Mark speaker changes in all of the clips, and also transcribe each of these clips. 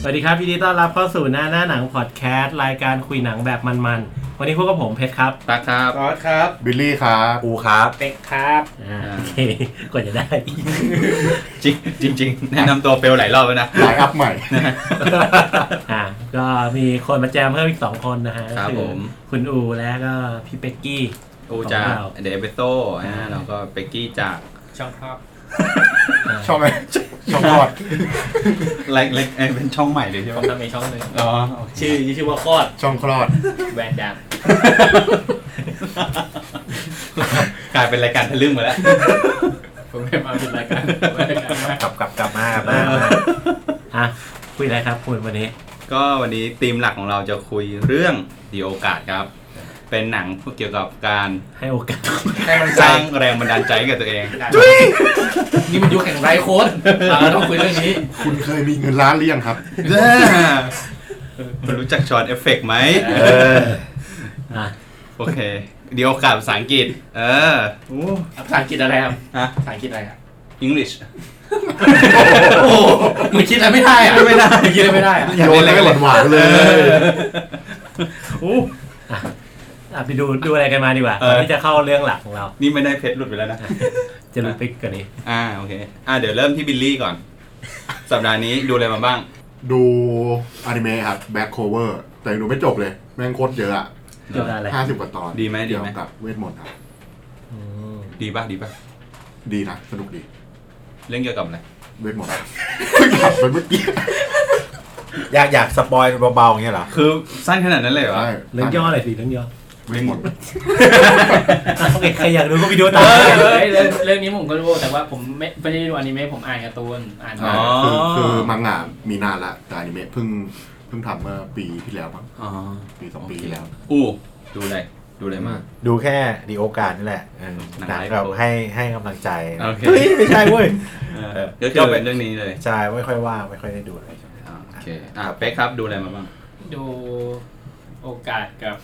Speaker 1: สวัสดีครับยินดีต้อนรับเข้าสู่หน้าหน้าหนังพอดแคสต์รายการคุยหนังแบบมันๆ วันนี้พวกกับผมเพชรครับ
Speaker 2: ตักครับ
Speaker 3: ซอสครับ
Speaker 4: บิลลี่ครับอูครับ
Speaker 1: เป็กครับอ่า
Speaker 2: อ่า
Speaker 1: โอเคกว่าจะได้
Speaker 2: จริงจริงๆแนะนำตัวเฟลหลายรอบแล้วนะ
Speaker 4: ไลน์อัพใหม่
Speaker 1: อ่าก็มีคนมาแจมเพิ่มอีกสองคนนะฮะ
Speaker 2: ครับ
Speaker 1: อ
Speaker 2: ผม
Speaker 1: คุณอูและก็พี่เป็กกี้
Speaker 2: อูจาก
Speaker 1: ของเรา
Speaker 2: เดเบโซแล้วก็เบกกี้จาก
Speaker 3: ช่องภาพ
Speaker 4: ชอบไหมชอบทอด
Speaker 2: เล็กเล็กเป็นช่องใหม่เลยใช่
Speaker 3: ผม
Speaker 2: ไหม
Speaker 3: ทำในช่องหนึ่ง
Speaker 2: อ๋อ
Speaker 3: ชื่อชื่อว่าคอด
Speaker 4: ช่องคลอด
Speaker 3: แวนดัง
Speaker 2: กลายเป็นรายการทะลึ่งมาแล้ว
Speaker 3: ผมได้มาเป็นรายการ
Speaker 4: กลับกลับกลับมามา
Speaker 1: อ่ะคุยอะไรครับคุณวันนี้
Speaker 2: ก็วันนี้ธีมหลักของเราจะคุยเรื่องดีโอกาสครับ เป็นหนังเกี่ยวกับการ
Speaker 1: ให้โอ กาส
Speaker 3: ให้มัน
Speaker 2: ส
Speaker 3: สร้า
Speaker 2: ร้าง งแรงบันดาลใจให้กับตัวเอง
Speaker 3: นี่มันยุคแห่งไร้โค้ดเราต้องคุยเรื่องนี้
Speaker 4: คุณเคยมีเงินล้านหรือยังครับ
Speaker 2: คุณรู้จักชอนเอฟเฟกต์ไหม
Speaker 1: อ่ะ
Speaker 2: โอเคดีโอกาสภาษาอังกฤษ เออโอ้
Speaker 3: ภาษาอังกฤษอะไรครับ
Speaker 2: ฮะ
Speaker 3: ภาษาอังกฤษอะไรครับ
Speaker 2: English
Speaker 3: โอ้โหมึงคิดอะไรไม่ได้อะ
Speaker 2: ไม่ได้
Speaker 3: มึงคิดอะไรไม่ได้อะ
Speaker 4: โยนให้หวานๆเลย
Speaker 2: อู้
Speaker 1: อ่ะไปดูดูอะไรกันมาดีกว่า
Speaker 2: เออ
Speaker 1: ก่อนที่จะเข้าเรื่องหลักของเรา
Speaker 2: นี่ไม่ได้เพชรหลุดไปแล้วนะ
Speaker 1: จะรู้ไปกว่านี้
Speaker 2: อ่าโอเค อ่าเดี๋ยวเริ่มที่บิลลี่ก่อน สัปดาห์นี้ดูอะไรมาบ้าง
Speaker 4: ดูอนิเมะครับแบ็คโคเวอร์แต่ยังดูไม่จบเลย แม่งโคตรเยอะอะ
Speaker 1: เกี่ยวกับอะไร
Speaker 4: ห้าสิบกว่าตอน
Speaker 2: ดีไหมดี
Speaker 4: เกี่ยว
Speaker 2: ไหม
Speaker 4: กับเวทมนต์ครับ
Speaker 1: อืม
Speaker 2: ดีป่ะดีป่ะ
Speaker 4: ดีนะ สนุกดี
Speaker 2: เรื่องเกี่ยวกับอะไร
Speaker 4: เวทมนต์เพิ่งขับไปเมื่อกี้
Speaker 5: อยากอยากสปอยเบาๆอย่างเงี้ยเหรอ
Speaker 2: คือสั้นขนาดนั้นเลยเหรอ
Speaker 4: ใช่
Speaker 1: เรื่องย่ออะไรสิเรื่องย่ อ
Speaker 4: เวทมนต์
Speaker 1: อ่ะโอเคใครอยากดูก็ไปดูตาม
Speaker 3: เฮ้ยเรื่องเรื่องนี้ผมก็รู้แต่ว่าผมไม่ไม่ได้ดูอนิเมะผมอ่านการ์ตูนอ่าน
Speaker 2: อ๋
Speaker 3: มา
Speaker 2: อ
Speaker 4: คือคือมังงะมีนานละแต่อนิเมะเพิ่งเพิ่งทำเมื่อปีที่แล้วมั้ง
Speaker 2: อ๋อ
Speaker 4: ปีสองปีที่แล้ว
Speaker 2: อู้ดูอะไร ดูอะไรมาก
Speaker 5: ดูแค่ดีโอกาสนี่แหละเออ
Speaker 2: หนัง
Speaker 5: หนัง
Speaker 2: ไลฟ์
Speaker 5: แบบ
Speaker 2: โค้ช
Speaker 5: ให้ให้กำลังใจ
Speaker 2: โอเค
Speaker 5: เฮ้ยไม่ใช่เว้ย เออ
Speaker 2: ก็คือเป็นเรื่องนี้เลย
Speaker 5: ใช่ไม่ค่อยว่างไม่ค่อยได้ดูอะไร
Speaker 2: อ่าโอเค อ่าเป๊กครับดูอะไรมาบ้าง
Speaker 3: ดูโอกาสกับ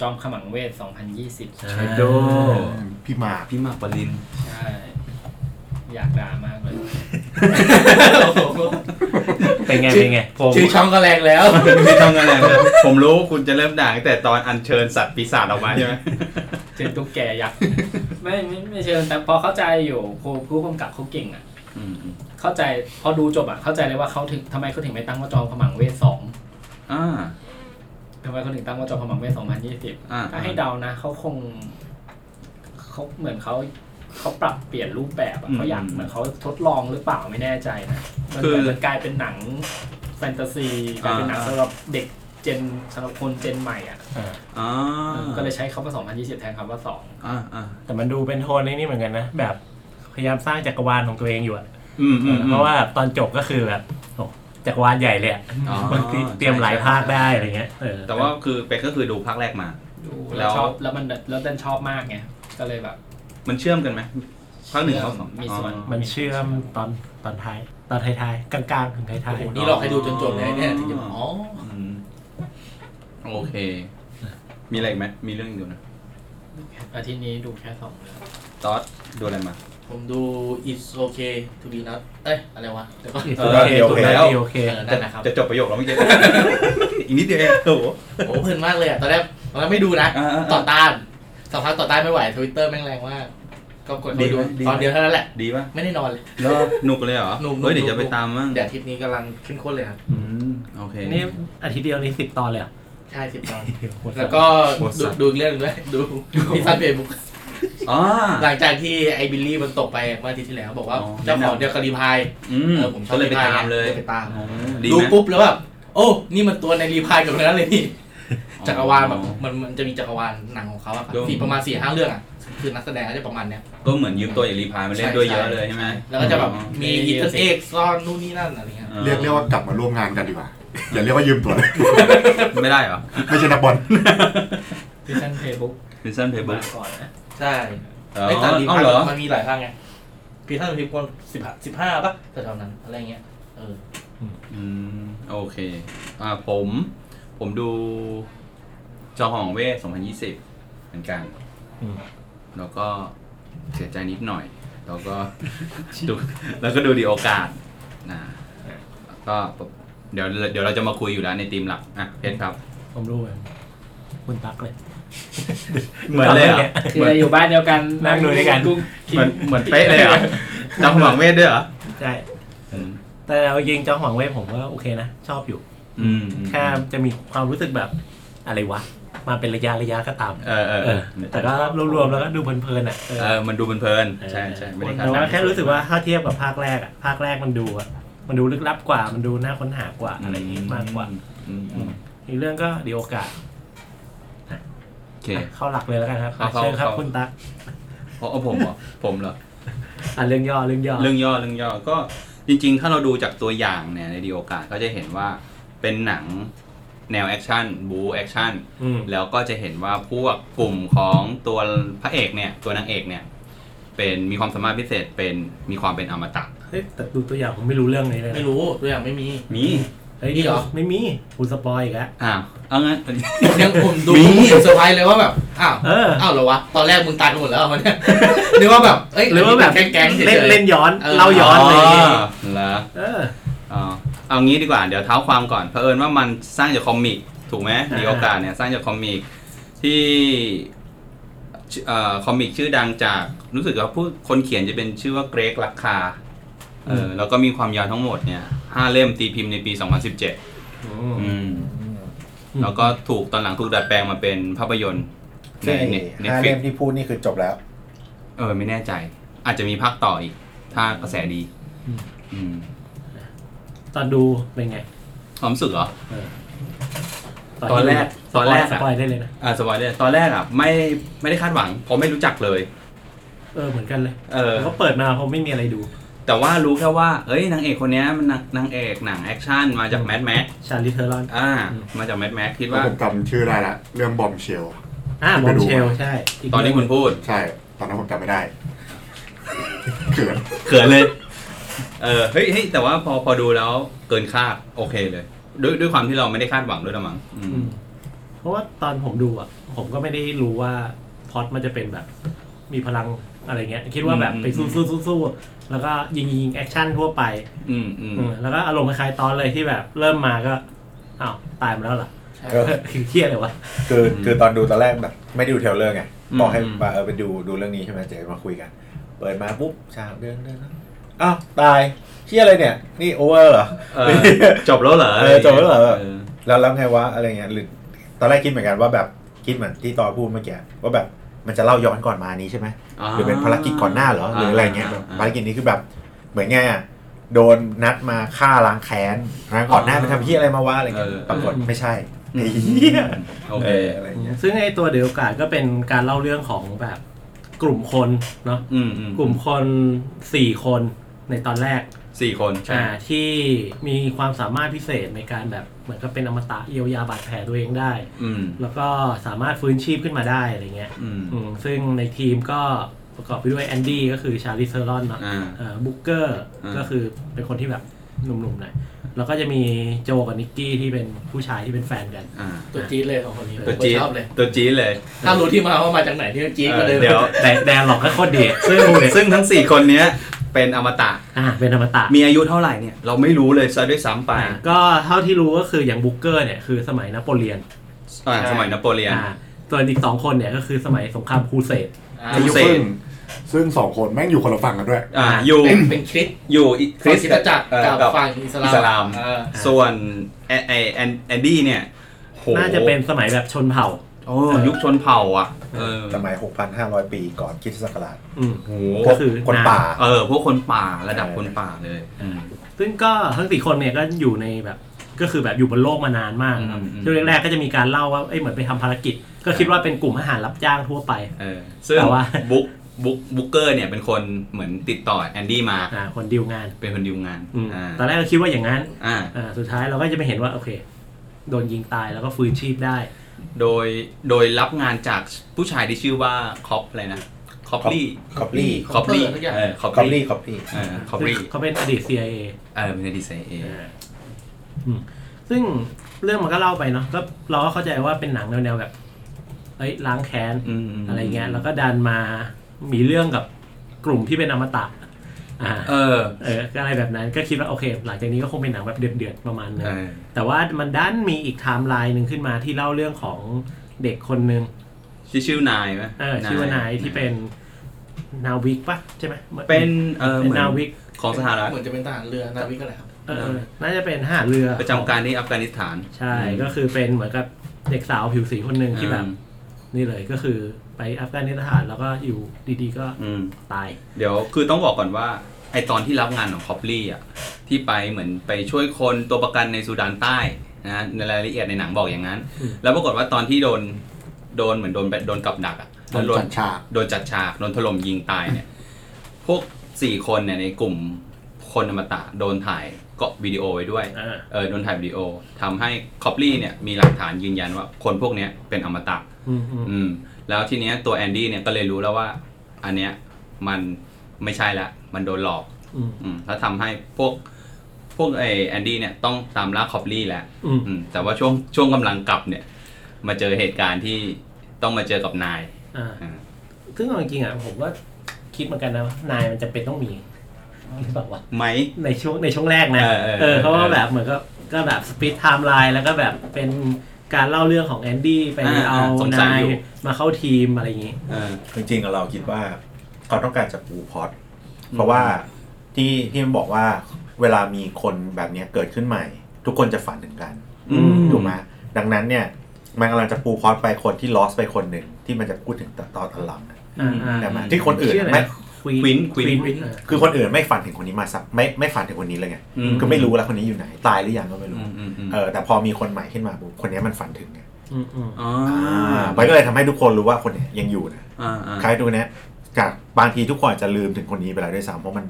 Speaker 3: จอมขมังเวท 2020
Speaker 1: อ่า
Speaker 2: ดู
Speaker 4: พี่มาก
Speaker 2: พี่หมากปริน
Speaker 3: ใช่ อยากด่ามากเลย
Speaker 1: เป็นไงเป็นไงผม
Speaker 3: ชื่อช่องก็แรงแล้ว
Speaker 2: ไม่ต้องอะไรเลยผมรู้คุณจะเริ่มด่าตั้งแต่ตอนอัญเชิญสัตว์ปีศาจออกมาใช่ไหม
Speaker 3: เจนตุ๊กแกยักษ์ไม่ไม่ไม่เชิงแต่พอเข้าใจอยู่ครูผู้กำกับเขาเก่งอ่ะ
Speaker 2: อืมอืม
Speaker 3: เข้าใจพอดูจบอ่ะเข้าใจเลยว่าเขาถึงทำไมเขาถึงไม่ตั้งว่าจอมขมังเวทสอง
Speaker 2: อ่า
Speaker 3: ทำไมเขาถึงตั้งว่าจอมขมังเวทสองพันยี่สิบ
Speaker 2: อ่า
Speaker 3: ถ้าให้เดานะเขาคงเขาเหมือนเขาเขาปรับเปลี่ยนรูปแบบอะเขาอยากเหมือนเขาทดลองหรือเปล่าไม่แน่ใจนะมันเหมือนมันกลายเป็นหนังแฟนตาซีกลายเป็นหนังสำหรับเด็กเจนสำหรับคนเจนใหม่อ่ะ
Speaker 2: อ่า
Speaker 3: ก็เลยใช้คำว่า2020 แทนคำว่า
Speaker 2: อ่าอ่า
Speaker 1: แต่มันดูเป็นโทนไอ้นี่เหมือนกันนะ แบบพยายามสร้างจักรวาลของตัวเองอยู่อะ
Speaker 2: อืมอืมอืม
Speaker 1: เพราะว่าตอนจบก็คือแบบโอ้จักรวาลใหญ่เลยอะ
Speaker 2: อ๋อ
Speaker 1: บางทีเตรียมหลายภาคได้อะไรเงี้ยเออ
Speaker 2: แต่ว่าคือเป๊กก็คือดูภาคแรกมา
Speaker 3: 2 ดู
Speaker 2: แล้
Speaker 3: แล้ว
Speaker 2: ว
Speaker 3: ชอบแล้วมันแล้วดันชอบมากไง ก็เลยแบบ
Speaker 2: มันเชื่อมกันไหมภาคหนึ่งภาคสอง
Speaker 3: มีส่วน
Speaker 2: อ๋อ
Speaker 1: มันเชื่อมตอนตอนท้าย ตอนท้ายๆกลางๆถึงท้าย
Speaker 2: โอ้โห
Speaker 1: ๆ
Speaker 6: นี่หลอกให้ดูจนจบเลยเนี่ยถึงจะอ๋อ
Speaker 2: อืมโอเค มีอะไรอีกไหมมีเรื่องอีกเดูนะ
Speaker 3: อาทิตย์นี้ดูแค่สองเรื่อง
Speaker 2: ตอสดูอะไรมา
Speaker 6: ผมดู it's okay to be not เอ้ย อะไรวะ เดี๋ยวก็
Speaker 1: โอเค
Speaker 2: เออโอเค
Speaker 1: แล้วโอเค
Speaker 6: เออนั่นนะครับ
Speaker 2: จะจบประโยคแล้วเมื่อกี้ อีกนิดเดียวเองโอ้โห
Speaker 6: โอ้เพลินมากเลยอ่ะ ตอนแรกตอนแรกไม่ดูนะ
Speaker 2: อ่าๆๆ
Speaker 6: ต่อต้านสักพักต่อต้านไม่ไหวทวิตเตอร์แม่งแรงมากก็กด
Speaker 2: ดี
Speaker 6: ดู
Speaker 2: ไหมดีไหม
Speaker 6: ตอนเดียวเท่านั้นแหละ
Speaker 2: ดีป่ะ
Speaker 6: ไม่ได้นอนเลย
Speaker 2: แล้วหนุกเลยเหรอ
Speaker 6: หนุกๆ
Speaker 2: เฮ้ยเดี๋ยวจะ
Speaker 6: หนุกๆ
Speaker 2: ไปตามมั่ง
Speaker 6: เดี๋ยวอาทิตย์นี้กำลังขึ้นข้นเลยครับ
Speaker 2: อืมโอเค
Speaker 1: นี่อาทิตย์เดียวนี้สิบตอนเลยเหรอ
Speaker 6: ใช่สิบตอน
Speaker 1: โหดสัส
Speaker 6: แล้วก็
Speaker 2: โหดสั
Speaker 6: ดู
Speaker 2: ตว์
Speaker 6: ดูอีกเรื่องหนึ่งด้วย ดูพิซซ่าเฟซบุ๊ก
Speaker 2: อ๋อ
Speaker 6: หลังจากที่ไอ้บิลลี่มันตกไปเมื่ออาทิตย์ที่แล้ว บอกว่า
Speaker 2: อ๋อ
Speaker 6: เจ้าของเดียวกบรีพาย
Speaker 2: อืม
Speaker 6: เออผมชอบ
Speaker 2: ก็เลยไป
Speaker 6: รีพาย
Speaker 2: ตามเลย
Speaker 6: ไปตาม
Speaker 2: อ๋อดี
Speaker 6: ดู
Speaker 2: ไหม
Speaker 6: ปุ๊บแล้วแบบโอ้ นี่มันตัวในรีพายกับเนั้นเลยนี่ จักรวาลแบบมันมันจะมีจักรวาลหนังของเขาอะครับสี่ประมาณสี่ห้าเรื่องอะคือนักแสดงก็จะประมาณเนี้ย
Speaker 2: ก็เหมือนยืมตัวอย่างรีพายมาเล่นด้วยเยอะเลยใช่ไหม
Speaker 6: แล้วก็จะแบบ
Speaker 2: อ๋อ
Speaker 6: มีอีเทนเอ็กซ์ซ่อนนู่นนี่นั่นอะไรเงี้ย
Speaker 2: อ๋อ
Speaker 4: เรียกเรียกว่ากลับมาร่วมงานกันดีกว่า อย่าเรียกว่ายืมตัวเลย
Speaker 2: ไม่ได้เหรอ
Speaker 4: ไม่ใช่นักบอล
Speaker 3: พิซซันเพย์บุ๊ก
Speaker 2: วินเซนต์เพเบิ
Speaker 3: มา
Speaker 2: ร์
Speaker 3: ก่อนนะ
Speaker 6: ใช่
Speaker 2: อ๋อ
Speaker 6: ไอ้ตามรี
Speaker 2: เอ้า
Speaker 6: พาย
Speaker 2: เหรอ
Speaker 6: มันมีหลายภาคไงพีท่านพิมพ์คนสิบห้าสิบห้าป่ะแถวๆนั้นอะไรเงี้ยเออ
Speaker 2: อืมโอเค อ่าผมผมดูจอหองเวท2020 เหมือนกัน
Speaker 1: อืม
Speaker 2: แล้วก็เสียใจนิดหน่อย แล้วก็ ดูแล้วก็ดูดีโอกาสนะแล้วก็ เดี๋ยวเดี๋ยวเราจะมาคุยอยู่แล้วในทีมหลักอ่ะเพชรครับ
Speaker 1: ผมรู้เหมือนคุณตั๊กเลย
Speaker 2: เหมือนเลยเหรอ
Speaker 3: คือเราอยู่บ้านเดียวกัน
Speaker 1: นั่งดูด้วยกัน
Speaker 2: เหมือนเหมือนเป๊ะเลยเหรอจำหวังเวทด้วยเหรอ
Speaker 1: ใช่
Speaker 2: อืม
Speaker 1: แต่เอาจริงจองหวังเว่ยผมว่าโอเคนะ ชอบอยู่
Speaker 2: อืม
Speaker 1: แค่จะมีความรู้สึกแบบอะไรวะ มาเป็นระยะระยะก็ตาม
Speaker 2: เออเออ
Speaker 1: เอ
Speaker 2: เอ
Speaker 1: อ
Speaker 2: อ
Speaker 1: แต่ก็รวมๆแล้วก็ดูเพลินๆอ่ะเออ
Speaker 2: เออมันดูเพลินๆใช่ใช่ไม่ได้คาด
Speaker 1: แต่
Speaker 2: หวั
Speaker 1: ว่าง แค่รู้สึกว่าถ้าเทียบกับภาคแรกอ่ะภาคแรกมันดูอ่ะมันดูลึกลับกว่า มันดูน่าค้นหากว่าอะไรอย่างงี้มากกว่า
Speaker 2: อืมอืม
Speaker 1: อีกเรื่องก็ดีโอกาส
Speaker 2: โอเค
Speaker 1: อ่ะเข้าหลักเลยแล้วกันครับอ่ะ
Speaker 2: เข้า
Speaker 1: เชิญครับ
Speaker 2: เข้า
Speaker 1: คุณตั๊ก
Speaker 2: เพราะผมเหรอผมเหรอ
Speaker 1: อ่ะเรื่องย่อเรื่องย่อ
Speaker 2: เรื่องย่อเรื่องย่อก็จริง ๆ ถ้าเราดูจากตัวอย่างเนี่ยในดีโอกาสก็จะเห็นว่าเป็นหนังแนวแอคชั่นบูแอคชั่น
Speaker 1: อืม
Speaker 2: แล้วก็จะเห็นว่าพวกกลุ่มของตัวพระเอกเนี่ยตัวนางเอกเนี่ยเป็นมีความสามารถพิเศษเป็นมีความเป็นอมตะ
Speaker 1: เฮ้ยแต่ดูตัวอย่างผมไม่รู้เรื่องเลยเลย
Speaker 6: ไม่รู้ตัวอย่างไม่มี
Speaker 2: มี
Speaker 1: เฮ้ย
Speaker 6: มีเหรอ
Speaker 1: ไม่มีคุณสปอยอีกแล้ว
Speaker 2: อ้าวเอางั้น
Speaker 6: ผมยังผมดู
Speaker 2: มี
Speaker 6: ผมเซอร์ไพรส์เลยว่าแบบอ้าว
Speaker 1: เออ
Speaker 6: อ้าวเหรอวะตอนแรกมึงตายไปหมดแล้วมันเนี่ยนึกว่าแบบเอ้ย
Speaker 1: หรือว่าแบบ
Speaker 6: แก๊งๆฉยๆ
Speaker 1: เล่นเล่นย้อน
Speaker 6: เออ
Speaker 1: เล่าย้อนเลยางงี้
Speaker 2: เหรอ
Speaker 1: เออ
Speaker 2: อ๋อเอางี้ดีกว่าเดี๋ยวเท้าความก่อนเผอิญว่ามันสร้างจากคอมิกถูกไหม
Speaker 1: อ่า
Speaker 2: ดีโอกาสเนี่ยสร้างจากคอมิกที่เอ่อคอมิกชื่อดังจากรู้สึกว่าผู้คนเขียนจะเป็นชื่อว่าเกรกลักคาเออแล้วก็มีความยาวทั้งหมดเนี่ยห้าเล่มตีพิมพ์ในปี 2017
Speaker 1: อืม
Speaker 2: อืมแล้วก็ถูกตอนหลังถูกดัดแปลงมาเป็นภาพยนตร์ใน
Speaker 5: ที่
Speaker 2: เน็ตเน็ต
Speaker 5: ห้า
Speaker 2: ฟิ
Speaker 5: เล่
Speaker 2: ก
Speaker 5: มที่พูดนี่คือจบแล้ว
Speaker 2: เออไม่แน่ใจ อาจจะมีภาคต่ออีก ถ้ากระแสดี
Speaker 1: อืม
Speaker 2: อืม
Speaker 1: ตอนดูเป็นไง
Speaker 2: ความรู้สึกเหรอ
Speaker 1: ตอนแรก
Speaker 2: ตอนแรก
Speaker 1: ส
Speaker 2: อะ
Speaker 1: ปอยได้เลยนะ
Speaker 2: อ่าสปอยเลยตอนแรกอ่ะไม่ไม่ได้คาดหวังเพราะไม่รู้จักเลย
Speaker 1: เออเหมือนกันเลย
Speaker 2: เออ
Speaker 1: เขาเปิดมาผมไม่มีอะไรดู
Speaker 2: แต่ว่ารู้แค่ว่าเอ้ยนางเอกคนเนี้ยมันนางนางเอกหนังแอคชั่นมาจากแมดแม็ก
Speaker 1: ชาลีเทอรอน
Speaker 2: อ่า
Speaker 1: อืม
Speaker 2: มาจากแมดแม็กคิด
Speaker 4: แล้ว
Speaker 2: ว่า
Speaker 4: ผมจำชื่อได้ละเรื่องบอมเชล
Speaker 1: อ่าบ
Speaker 4: ที่ไป
Speaker 1: อม
Speaker 4: ดู
Speaker 1: เชล ใช่ก
Speaker 2: ตอนที่คุณพูด
Speaker 4: ใช่ ตอนนั้นผมจำไม่ได้เขิน
Speaker 2: เขินเลย เออเฮ้ยเฮ้ยแต่ว่าพอพอดูแล้วเกินคาดโอเคเลย ด้วยด้วยความที่เราไม่ได้คาดหวังด้วยละมั้งอืม
Speaker 1: อืมเพราะว่าตอนผมดูอ่ะ ผมก็ไม่ได้รู้ว่าพล็อตมันจะเป็นแบบ มีพลังอะไรเงี้ย คิดว่าแบบไปสู้สู้สู้สู้แล้วก็ยิงยิงแอคชั่นทั่วไป
Speaker 2: อืมอืม
Speaker 1: อืมแล้วก็อารมณ์คล้ายๆตอนเลยที่แบบเริ่มมาก็อ้าวตายมาแล้วเหรอ
Speaker 5: เออ
Speaker 1: คือเครียดเลยวะ
Speaker 5: คือคือตอนดูตอนแรกแบบไม่ได้ดูเทรลเลอร์ไงบอกให้
Speaker 2: อืม
Speaker 5: มาเออไปดูดูเรื่องนี้ใช่ไหมเจ๊มาคุยกัน เปิดมาปุ๊บฉากเดินเดินแล้วอ้าวตายเชี่ยอะไรเนี่ย นี่โอเวอร์เหรอ
Speaker 2: เออจบแล้วเหรอ
Speaker 5: เออจบแล้วเหรอ
Speaker 2: ออ
Speaker 5: แล้วแล้วไงวะอะไรเงี้ยหรือตอนแรกคิดเหมือนกันว่าแบบคิดเหมือนที่ตอนพูดเมื่อกี้ว่าแบบมันจะเล่าย้อนก่อนมานี้ใช่ไหม
Speaker 2: อ่า
Speaker 5: หรือเป็นภารกิจก่อนหน้าเหรอหรืออะไรเงี้ยแบบ
Speaker 2: อ่า
Speaker 5: ภารกิจนี้คือแบบเหมือนไงอะโดนนัดมาฆ่าล้างแค้นนะก่อนหน้ามันทำที่อะไรมาวะอะไรเงี้ยปรากฏไม่ใช่ไอ้เหี้ย
Speaker 2: โอเค
Speaker 5: อะไรเงี้ย
Speaker 1: ซึ่งไอตัวเดียวกาดก็เป็นการเล่าเรื่องของแบบกลุ่มคนเนาะ
Speaker 2: อืมอืม
Speaker 1: กลุ่มคนสี่คนในตอนแรก
Speaker 2: สี่คนใช่
Speaker 1: อ่าที่มีความสามารถพิเศษในการแบบเหมือนกับเป็นอมตะเยียวยาบาดแผลตัวเองได้
Speaker 2: อืม
Speaker 1: แล้วก็สามารถฟื้นชีพขึ้นมาได้อะไรเงี้ย
Speaker 2: อืม
Speaker 1: อืมซึ่งในทีมก็ประกอบไปด้วยแอนดี้ก็คือชาลิเซอรอนเนาะ
Speaker 2: อ่า
Speaker 1: บุ๊กเกอร์
Speaker 2: อ่า
Speaker 1: ก็คือเป็นคนที่แบบหนุ่มๆหน่อยแล้วก็จะมีโจกับนิกกี้ที่เป็นผู้ชายที่เป็นแฟนกัน
Speaker 2: อ่า
Speaker 6: ตัวจี๊ดเลยของคนนี้ผม
Speaker 2: ตัว
Speaker 6: ก็
Speaker 2: จี๊ด
Speaker 6: ชอบเลย
Speaker 2: ตัวจี๊ดเลย
Speaker 6: ถ้ารู้ที่มาว่ามาจากไหนที่จี๊ดมาเลย
Speaker 2: เดี๋ยว
Speaker 1: แต่แดนหลอกก็โคตรดี
Speaker 2: ซึ่งซึ่งทั้ง 4 คนเนี้ยเป็นอมตะ
Speaker 1: อ่าเป็นอมตะ
Speaker 2: มีอายุเท่าไหร่เนี่ย เราไม่รู้เลยซะด้วยซ้ำไป
Speaker 1: อ่าก็เท่าที่รู้ก็คืออย่างบุ๊กเกอร์เนี่ยคือสมัยนโปเลียน
Speaker 2: อ่าสมัยนโปเลียน
Speaker 1: อ่าส่วนอีกสองคนเนี่ยก็คือสมัยสงครามครูเสด
Speaker 6: อ่า
Speaker 2: พิเศษ
Speaker 4: ซึ่งซึ่งสองคนแม่งอยู่คนละฝั่งกันด้วย
Speaker 2: อ่าอยู่
Speaker 6: เป็นเป็นคริสต์
Speaker 2: อยู่อิ
Speaker 6: คริสตจักร
Speaker 2: เอ่อ
Speaker 6: กับฝั่งอิสลาม
Speaker 2: อิสลาม
Speaker 6: เออ
Speaker 2: ส่วนแอนแอนแอนดี้เนี่ยโห
Speaker 1: น่าจะเป็นสมัยแบบชนเผ่า
Speaker 2: โอ้ยุคชนเผ่าอ่ะเออ
Speaker 5: สมัย 6,500 ปีก่อนคริดศักราช
Speaker 1: อืม
Speaker 2: โห
Speaker 1: ก็คือ
Speaker 5: คนป่า
Speaker 2: เออ พวกคนป่าระดับคนป่าเลยอืม
Speaker 1: ซึ่งก็ทั้งสี่คนเนี่ยก็อยู่ในแบบ ก็คือแบบอยู่บนโลกมานานมากครับ
Speaker 2: อืมอืม
Speaker 1: ช่วงแรกๆก็จะมีการเล่าว่า เอ้ยเหมือนไปทำภารกิจ ก็คิดว่าเป็นกลุ่มอาหารรับจ้างทั่วไป
Speaker 2: เออซึ่ง
Speaker 1: แต่ว่า
Speaker 2: บุ๊กบุ๊กบุ๊กเกอร์เนี่ยเป็นคนเหมือนติดต่อแอนดี้มา
Speaker 1: อ่าคนดีลงาน
Speaker 2: เป็นคนดีลงาน
Speaker 1: อืม
Speaker 2: อ่า
Speaker 1: ตอนแรกก็คิดว่าอย่างนั้น
Speaker 2: อ่า
Speaker 1: อ่า สุดท้ายเราก็จะไปเห็นว่าโอเค โดนยิงตายแล้วก็ฟื้นชีพได้
Speaker 2: โดยโดยรับงานจากผู้ชายที่ชื่อว่าคอปอะไรนะคอปลี่
Speaker 5: Copley
Speaker 2: คอปลี่
Speaker 6: Copper สักอย่าง
Speaker 2: เออคอ
Speaker 5: คอ
Speaker 2: ป
Speaker 5: ป
Speaker 2: ลี่
Speaker 5: ลี่คอปลี่
Speaker 2: เออคอปลี่
Speaker 1: เขาเป็นอดีต CIA
Speaker 2: เออเป็นดีไซน์เอ
Speaker 1: อืมซึ่งเรื่องมันก็เล่าไปเนาะ ก็เราก็เข้าใจว่าเป็นหนังแนวๆแบบ เอ้ยล้างแค้น
Speaker 2: มม
Speaker 1: อะไรเงี้ยแล้วก็ดันมามีเรื่องกับกลุ่มที่เป็นอมตะ อ่า
Speaker 2: เออ
Speaker 1: เออก็อะไรแบบนั้นก็คิดว่าโอเค หลังจากนี้ก็คงเป็นหนังแบบเดือดๆประมาณนึง
Speaker 2: เออ
Speaker 1: แต่ว่ามันดันมีอีกไทม์ไลน์หนึ่งขึ้นมาที่เล่าเรื่องของเด็กคนหนึ่ง
Speaker 2: ที่ชื่อนายไหม
Speaker 1: เออชื่อว่านายที่เป็นนาวิกปะใช่ไหม
Speaker 2: เป็นเออ
Speaker 1: เป็น
Speaker 2: เหมือน
Speaker 1: นาวิก
Speaker 2: ของสหรัฐ
Speaker 6: เหมือนจะเป็นทหารเรือนาวิกอะไรครับ
Speaker 1: เออน่าจะเป็นทหารเรือ
Speaker 2: ประจำการที่อัฟกานิสถาน
Speaker 1: ใช่ก็คือเป็นเหมือนกับเด็กสาวผิวสีคนหนึ่งที่แบบนี่เลยก็คือไปอัฟกานิสถานแล้วก็อยู่ดีๆก็
Speaker 2: อืม
Speaker 1: ตาย
Speaker 2: เดี๋ยวคือต้องบอกก่อนว่าไอตอนที่รับงานของคอปลี่อ่ะที่ไปเหมือนไปช่วยคนตัวประกันในซูดานใต้นะในรายละเอียดในหนังบอกอย่างนั้น
Speaker 1: อืม แล้ว
Speaker 2: แล้วปรากฏว่าตอนที่โดนโดนเหมือนโดนโดนกับดักอ่ะ
Speaker 4: โดนจัดฉาก
Speaker 2: โดนจัดฉากโดนถล่มยิงตายเนี่ย พวกสี่คนเนี่ยในกลุ่มคนอมตะโดนถ่ายเกาะวิดีโอไว้ด้วย
Speaker 1: อ่า
Speaker 2: เออโดนถ่ายวิดีโอทำให้คอปลี่เนี่ยมีหลักฐานยืนยันว่าคนพวกเนี้ยเป็นอมตะ
Speaker 1: อืมอืม
Speaker 2: อืมแล้วทีเนี้ยตัวแอนดี้เนี่ยก็เลยรู้แล้วว่า อันเนี้ยมันไม่ใช่ละ มันโดนหลอก
Speaker 1: อืม
Speaker 2: อืมแล้วทำให้พวกพวกไอแอนดี้เนี่ยต้องตามล่าคอปลี่แหละ
Speaker 1: อืม
Speaker 2: อืมแต่ว่าช่วงช่วงกำลังกลับเนี่ย มาเจอเหตุการณ์ที่ต้องมาเจอกับนาย
Speaker 1: อ่า
Speaker 2: อ่า
Speaker 1: ซึ่งเอาจริงๆอ่ะผมก็คิดเหมือนกันนะว่านายมันจะเป็นต้องมี หรือเปล่าวะ
Speaker 2: ไหม
Speaker 1: ในช่วงในช่วงแรกนะ
Speaker 2: เออเออ
Speaker 1: เออเพราะว่า
Speaker 2: เออ
Speaker 1: แบบเหมือนก็ก็แบบสปีดไทม์ไลน์แล้วก็แบบเป็นการเล่าเรื่องของแอนดี้ไป
Speaker 2: อ่า
Speaker 1: เอา
Speaker 2: อ่าสงสัย
Speaker 1: นาย
Speaker 2: อยู่
Speaker 1: มาเข้าทีมอะไรอย่างงี้
Speaker 2: เออ
Speaker 5: จริงๆอะเราคิดว่าเขาต้องการจะปูพล็อตเพราะว่าที่ที่มันบอกว่าเวลามีคนแบบเนี้ยเกิดขึ้นใหม่ ทุกคนจะฝันถึงกัน
Speaker 2: อืม
Speaker 5: ถูกไหมดังนั้นเนี่ยมันกำลังจะปูพล็อตไปคนที่ลอสไปคนหนึ่งที่มันจะพูดถึงตอนตอนหลังนะ
Speaker 1: อ่า
Speaker 2: อืม
Speaker 1: อ่า
Speaker 5: ได้ไหมที่คนอื่น
Speaker 1: ชื่ออะไร
Speaker 5: ไม่
Speaker 1: ควีน
Speaker 2: Queen Queen
Speaker 1: เออ
Speaker 5: คือคนอื่นไม่ฝันถึงคนนี้มาสักไม่ไม่ฝันถึงคนนี้เลยไง
Speaker 2: อืม
Speaker 5: ก็ไม่รู้แล้วคนนี้อยู่ไหนตายหรือยังก็ไม่
Speaker 2: อื
Speaker 5: รู้
Speaker 2: มอืมอืม
Speaker 5: เออแต่พอมีคนใหม่ขึ้นมาปุ๊บคนนี้มันฝันถึงไง
Speaker 1: อืมอืม
Speaker 2: อ๋อ
Speaker 5: มันก็เลยทำให้ทุกคนรู้ว่าคนเนี้ยยังอยู่นะ
Speaker 2: อ่าอ่า
Speaker 5: คล้ายตัวเนี้ยจากบางทีทุกคนอาจจะลืมถึงคนนี้ไปแล้วด้วยซ้ำเพราะมัน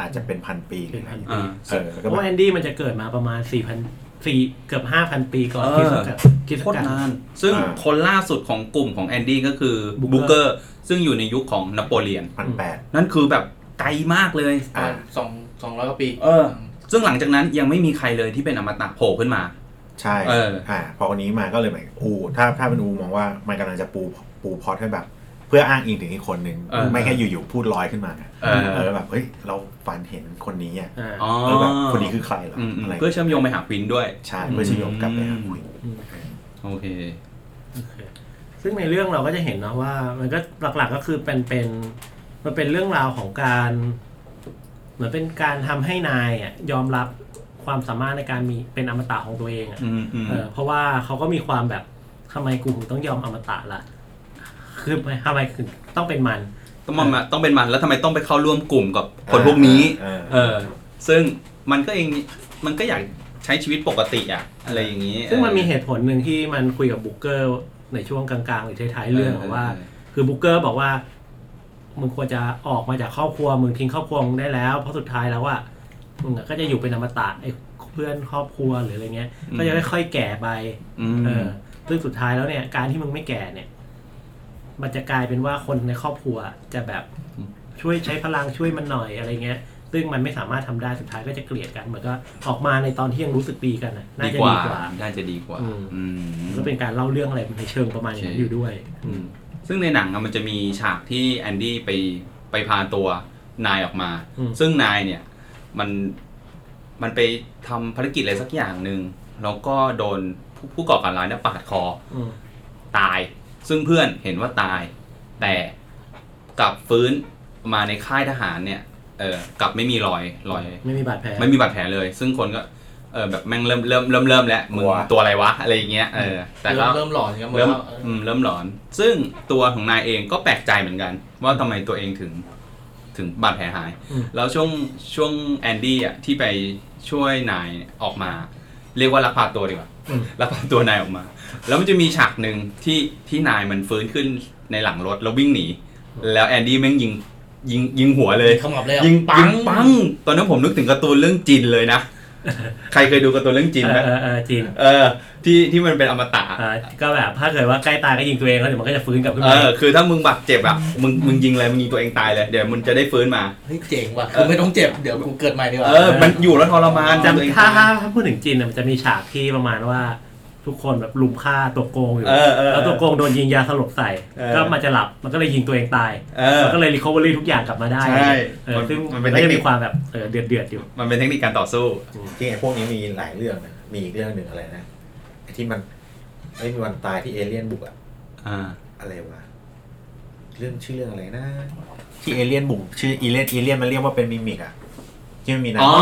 Speaker 5: อาจจะเป็นพันปีหรืออะไรอย่างเงี้ย
Speaker 2: อ่า
Speaker 5: เออแล้ว
Speaker 1: เพราะ
Speaker 5: ก็
Speaker 1: ว่า
Speaker 5: แบบ
Speaker 1: แอนดี้มันจะเกิดมาประมาณสี่พันสี่เกือบห้าพันปีก่อน
Speaker 2: เออ
Speaker 1: คริสต์ศักราชคริสต์
Speaker 2: โค
Speaker 1: ศั
Speaker 2: ต
Speaker 1: ก
Speaker 2: ร
Speaker 1: ราช
Speaker 2: นาน ซึ่ง
Speaker 5: า
Speaker 2: คนล่าสุดของกลุ่มของแอนดี้ก็คือ
Speaker 1: Booker
Speaker 2: บูเกอร์ ซึ่งอยู่ในยุคของนโปเลียน
Speaker 5: พันแปด
Speaker 2: นั่นคือแบบไกลมากเลย
Speaker 5: อ่า
Speaker 6: สองสองร้อยกว่าปี
Speaker 2: เออ ซึ่งหลังจากนั้นยังไม่มีใครเลยที่เป็นอมตะโผล่ขึ้นมา
Speaker 5: ใช่
Speaker 2: เออ
Speaker 5: อ่าพอคนนี้มาก็เลยเหมือนอูถ้าถ้าเป็นอูมองว่ามันกำลังจะปูปูพล็อตให้แบบ เพื่ออ้างอิงถึงอีกคนนึง
Speaker 2: เออ
Speaker 5: ไม่แค่อยู่ๆพูดลอยขึ้นมานะ
Speaker 2: เอ
Speaker 5: เอ
Speaker 2: อ
Speaker 5: อแบบเฮ้ยเราฝันเห็นคนนี้อ่ะ
Speaker 1: อ่า
Speaker 2: อ๋อ
Speaker 5: เออแบบคนนี้คือใครเหร
Speaker 2: ม
Speaker 5: อ
Speaker 2: อืม
Speaker 5: อะไร
Speaker 2: เพื่อเชื่อมโยงไปหาควินด้วย
Speaker 5: ใช่เพื่อเชื่อมโยงกลับไปหาคุย
Speaker 1: ม
Speaker 2: โอเค
Speaker 1: ซึ่งในเรื่องเราก็จะเห็นเนาะว่า มันก็หลักๆก็คือเป็นเป็นมันเป็นเรื่องราวของการเหมือนเป็นการทำให้นายอ่ะยอมรับความสามารถในการมีเป็นอมตะของตัวเองอ่ะ
Speaker 2: อืมอืม
Speaker 1: เออเพราะว่าเขาก็มีความแบบทำไมกูถึงต้องยอมอมตะล่ะคือทำไมถึงต้องเป็นมัน
Speaker 2: ต้องมาต้องเป็นมันแล้วทำไมต้องไปเข้าร่วมกลุ่มกับคนพวกนี้
Speaker 5: เออ
Speaker 2: เออ ซึ่งมันก็เองมันก็อยากใช้ชีวิตปกติอะอะไรอย่างนี้
Speaker 1: ซึ่งมันมีเหตุผลหนึ่งที่มันคุยกับบุ๊กเกอร์ในช่วงกลางๆหรือท้ายๆเรื่องอะว่า คือบุ๊กเกอร์บอกว่า มึงควรจะออกมาจากครอบครัว มึงทิ้งครอบครัวมึงได้แล้ว เพราะสุดท้ายแล้วว่ามึงอะก็จะอยู่เป็นอมตะไอ้เพื่อนครอบครัวหรืออะไรเงี้ย ก็จะค่อยๆแก่ไป
Speaker 2: อืม
Speaker 1: เออซึ่งสุดท้ายแล้วเนี่ย การที่มึงไม่แก่เนี่ย มันจะกลายเป็นว่าคนในครอบครัวจะแบบช่วยใช้พลังช่วยมันหน่อยอะไรเงี้ย ซึ่งมันไม่สามารถทำได้สุดท้ายก็จะเกลียดกันเหมือนก็ออกมาในตอนที่ยังรู้สึกดีกันน่ะน่า
Speaker 2: ดี
Speaker 1: จะ
Speaker 2: กว่า
Speaker 1: ดีกว่า
Speaker 2: น่าจะดีกว่า
Speaker 1: อืม
Speaker 2: อืม
Speaker 1: ก็เป็นการเล่าเรื่องอะไรในเชิงประมาณอย่างนั้นอยู่ด้วย
Speaker 2: อืมซึ่งในหนังอะมันจะมีฉากที่แอนดี้ไปไปพาตัวนายออกมา
Speaker 1: อืม
Speaker 2: ซึ่งนายเนี่ยมันมันไปทำภารกิจอะไรสักอย่างหนึ่งแล้วก็โดนผู้ผู้ก่อการร้ายเนี่ยปาดคอ
Speaker 1: อืม
Speaker 2: ตาย ซึ่งเพื่อนเห็นว่าตาย แต่กลับฟื้นมาในค่ายทหารเนี่ยเออกลับไม่มีรอยรอย
Speaker 1: ไม่มีบาดแผล
Speaker 2: ไม่มีบาดแผลเลย ซึ่งคนก็เออแบบแม่งเริ่มเริ่มเริ่มเริ่มแล้วมึง
Speaker 5: กลัว
Speaker 2: ตัวอะไรวะอะไรอย่างเงี้ยเออแต่ก็
Speaker 6: เริ่มเริ่มหลอนอย่างเงี้ยหมด
Speaker 2: เริ่ม
Speaker 6: แล้วเออ
Speaker 2: อืมเริ่มหลอน ซึ่งตัวของนายเองก็แปลกใจเหมือนกัน ว่าทำไมตัวเองถึงถึงบาดแผลหาย
Speaker 1: อืม
Speaker 2: แล้วช่วงช่วงแอนดี้อ่ะที่ไปช่วยนายออกมา เรียกว่าลักพาตัวดีกว่า
Speaker 1: อืม
Speaker 2: ลักพาตัวนายออกมา แล้วมันจะมีฉากหนึ่งที่ที่นายมันฟื้นขึ้นในหลังรถแล้ววิ่งหนี แล้วแอนดี้แม่งยิงยิงยิงหัวเลย
Speaker 6: ขมับเลยเหรอ
Speaker 2: ยิงปั
Speaker 6: ปั
Speaker 2: ง
Speaker 6: ง
Speaker 2: ปังตอนนั้นผมนึกถึงการ์ตูนเรื่องจีนเลยนะ ใครเคยดูการ์ตูนเรื่องจีนไหม
Speaker 1: เออเออเออจริง
Speaker 2: เออ ที่ที่มันเป็นอมตะ
Speaker 1: เออก็แบบถ้าเกิดว่าใกล้ตายก็ยิงตัวเองแล้วเดี๋ยวมันก็จะฟื้นกลับขึ้น
Speaker 2: เอ
Speaker 1: มา
Speaker 2: อคือถ้ามึงบาดเจ็บอ่ะมึงมึงยิงเลยมึงยิงตัวเองตายเลยเดี๋ยวมึงจะได้ฟื้นมา
Speaker 6: เฮ้ยเจ๋งว่ะคือไม่ต้องเจ็บเดี๋ยวกูเกิดใหม่ดีกว่า
Speaker 2: เออ มันอยู่แล้วทรมาน
Speaker 1: จำ
Speaker 2: ตัวเอง
Speaker 1: ถ้า
Speaker 2: ตย
Speaker 1: ถ้าถ้าพูดถึงจีนเนี่ยมันจะมีฉากที่ประมาณว่า ทุกคนแบบลุมฆ่าตัวโกงอยู่
Speaker 2: เออเออเออ
Speaker 1: แล้วตัวโกงโดนยิงยาสลบใส่
Speaker 2: เออ
Speaker 1: ก็มันจะหลับมันก็เลยยิงตัวเองตาย
Speaker 2: เออ
Speaker 1: มันก็เลยรีคอเวอรี่ทุกอย่างกลับมาได้
Speaker 2: ใช่
Speaker 1: เออซึ่ง
Speaker 2: มั
Speaker 1: มัน น
Speaker 2: เป็
Speaker 1: ก็
Speaker 2: นเทค
Speaker 1: จะ
Speaker 2: นิค
Speaker 1: มีความแบบเออเดือดเดือดๆอยู่
Speaker 2: มันเป็นเทคนิคการต่อสู้
Speaker 5: จริงๆไอ้พวกนี้มีหลายเรื่องนะมีอีกเรื่องหนึ่งอะไรนะไอ้ที่มันไอ้มีวันตายที่เอเลี่ยนบุกอะ
Speaker 2: อ่า
Speaker 5: อะไรวะเรื่องชื่อเรื่องอะไรนะ ที่เอเลี่ยนบุกชื่อเอเลี่ยนเอเลี่ยนมันเรียกว่าเป็นมิมิกอะที่มันมีนะ
Speaker 2: อ๋อ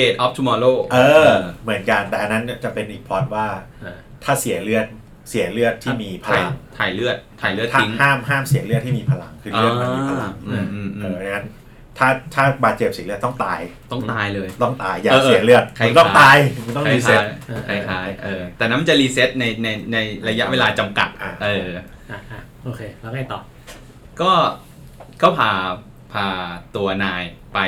Speaker 2: Age of Tomorrow
Speaker 5: เออ เหมือนกันแต่อันนั้นจะเป็นอีกพล็อดว่า
Speaker 1: เออ
Speaker 5: ถ้าเสียเลือดเสียเลือดที่มีพ
Speaker 2: ถ่าย
Speaker 5: ลัง
Speaker 2: ถ่ายเลือด ถ่ายเลือด
Speaker 5: ถ้า
Speaker 2: ทิ้ง
Speaker 5: ห้ามห้ามเสียเลือดที่มีพลังคือเลือดมันมีพลัง
Speaker 2: อ่าอืมอืมอืม
Speaker 5: เออนั้นถ้าถ้าบาดเจ็บเสียเลือดต้องตาย
Speaker 2: ต้องตายเลย
Speaker 5: ต้องตายอย่า
Speaker 2: เออเออ
Speaker 5: เสียเลือด
Speaker 2: ใคร
Speaker 5: มึงต้อง
Speaker 2: ตา
Speaker 5: ตาย ยมึงต้องรีเซ็ต
Speaker 2: คล้ายๆคล้ายๆเออ แต่นั้นมันจะรีเซ็ตในในในระยะเวลาจำกัด
Speaker 5: อ่า
Speaker 2: เออ
Speaker 1: อ่ะอ่ะโอเค แล้วไงต่อ
Speaker 2: ก็ก็พาพาตัวนายไป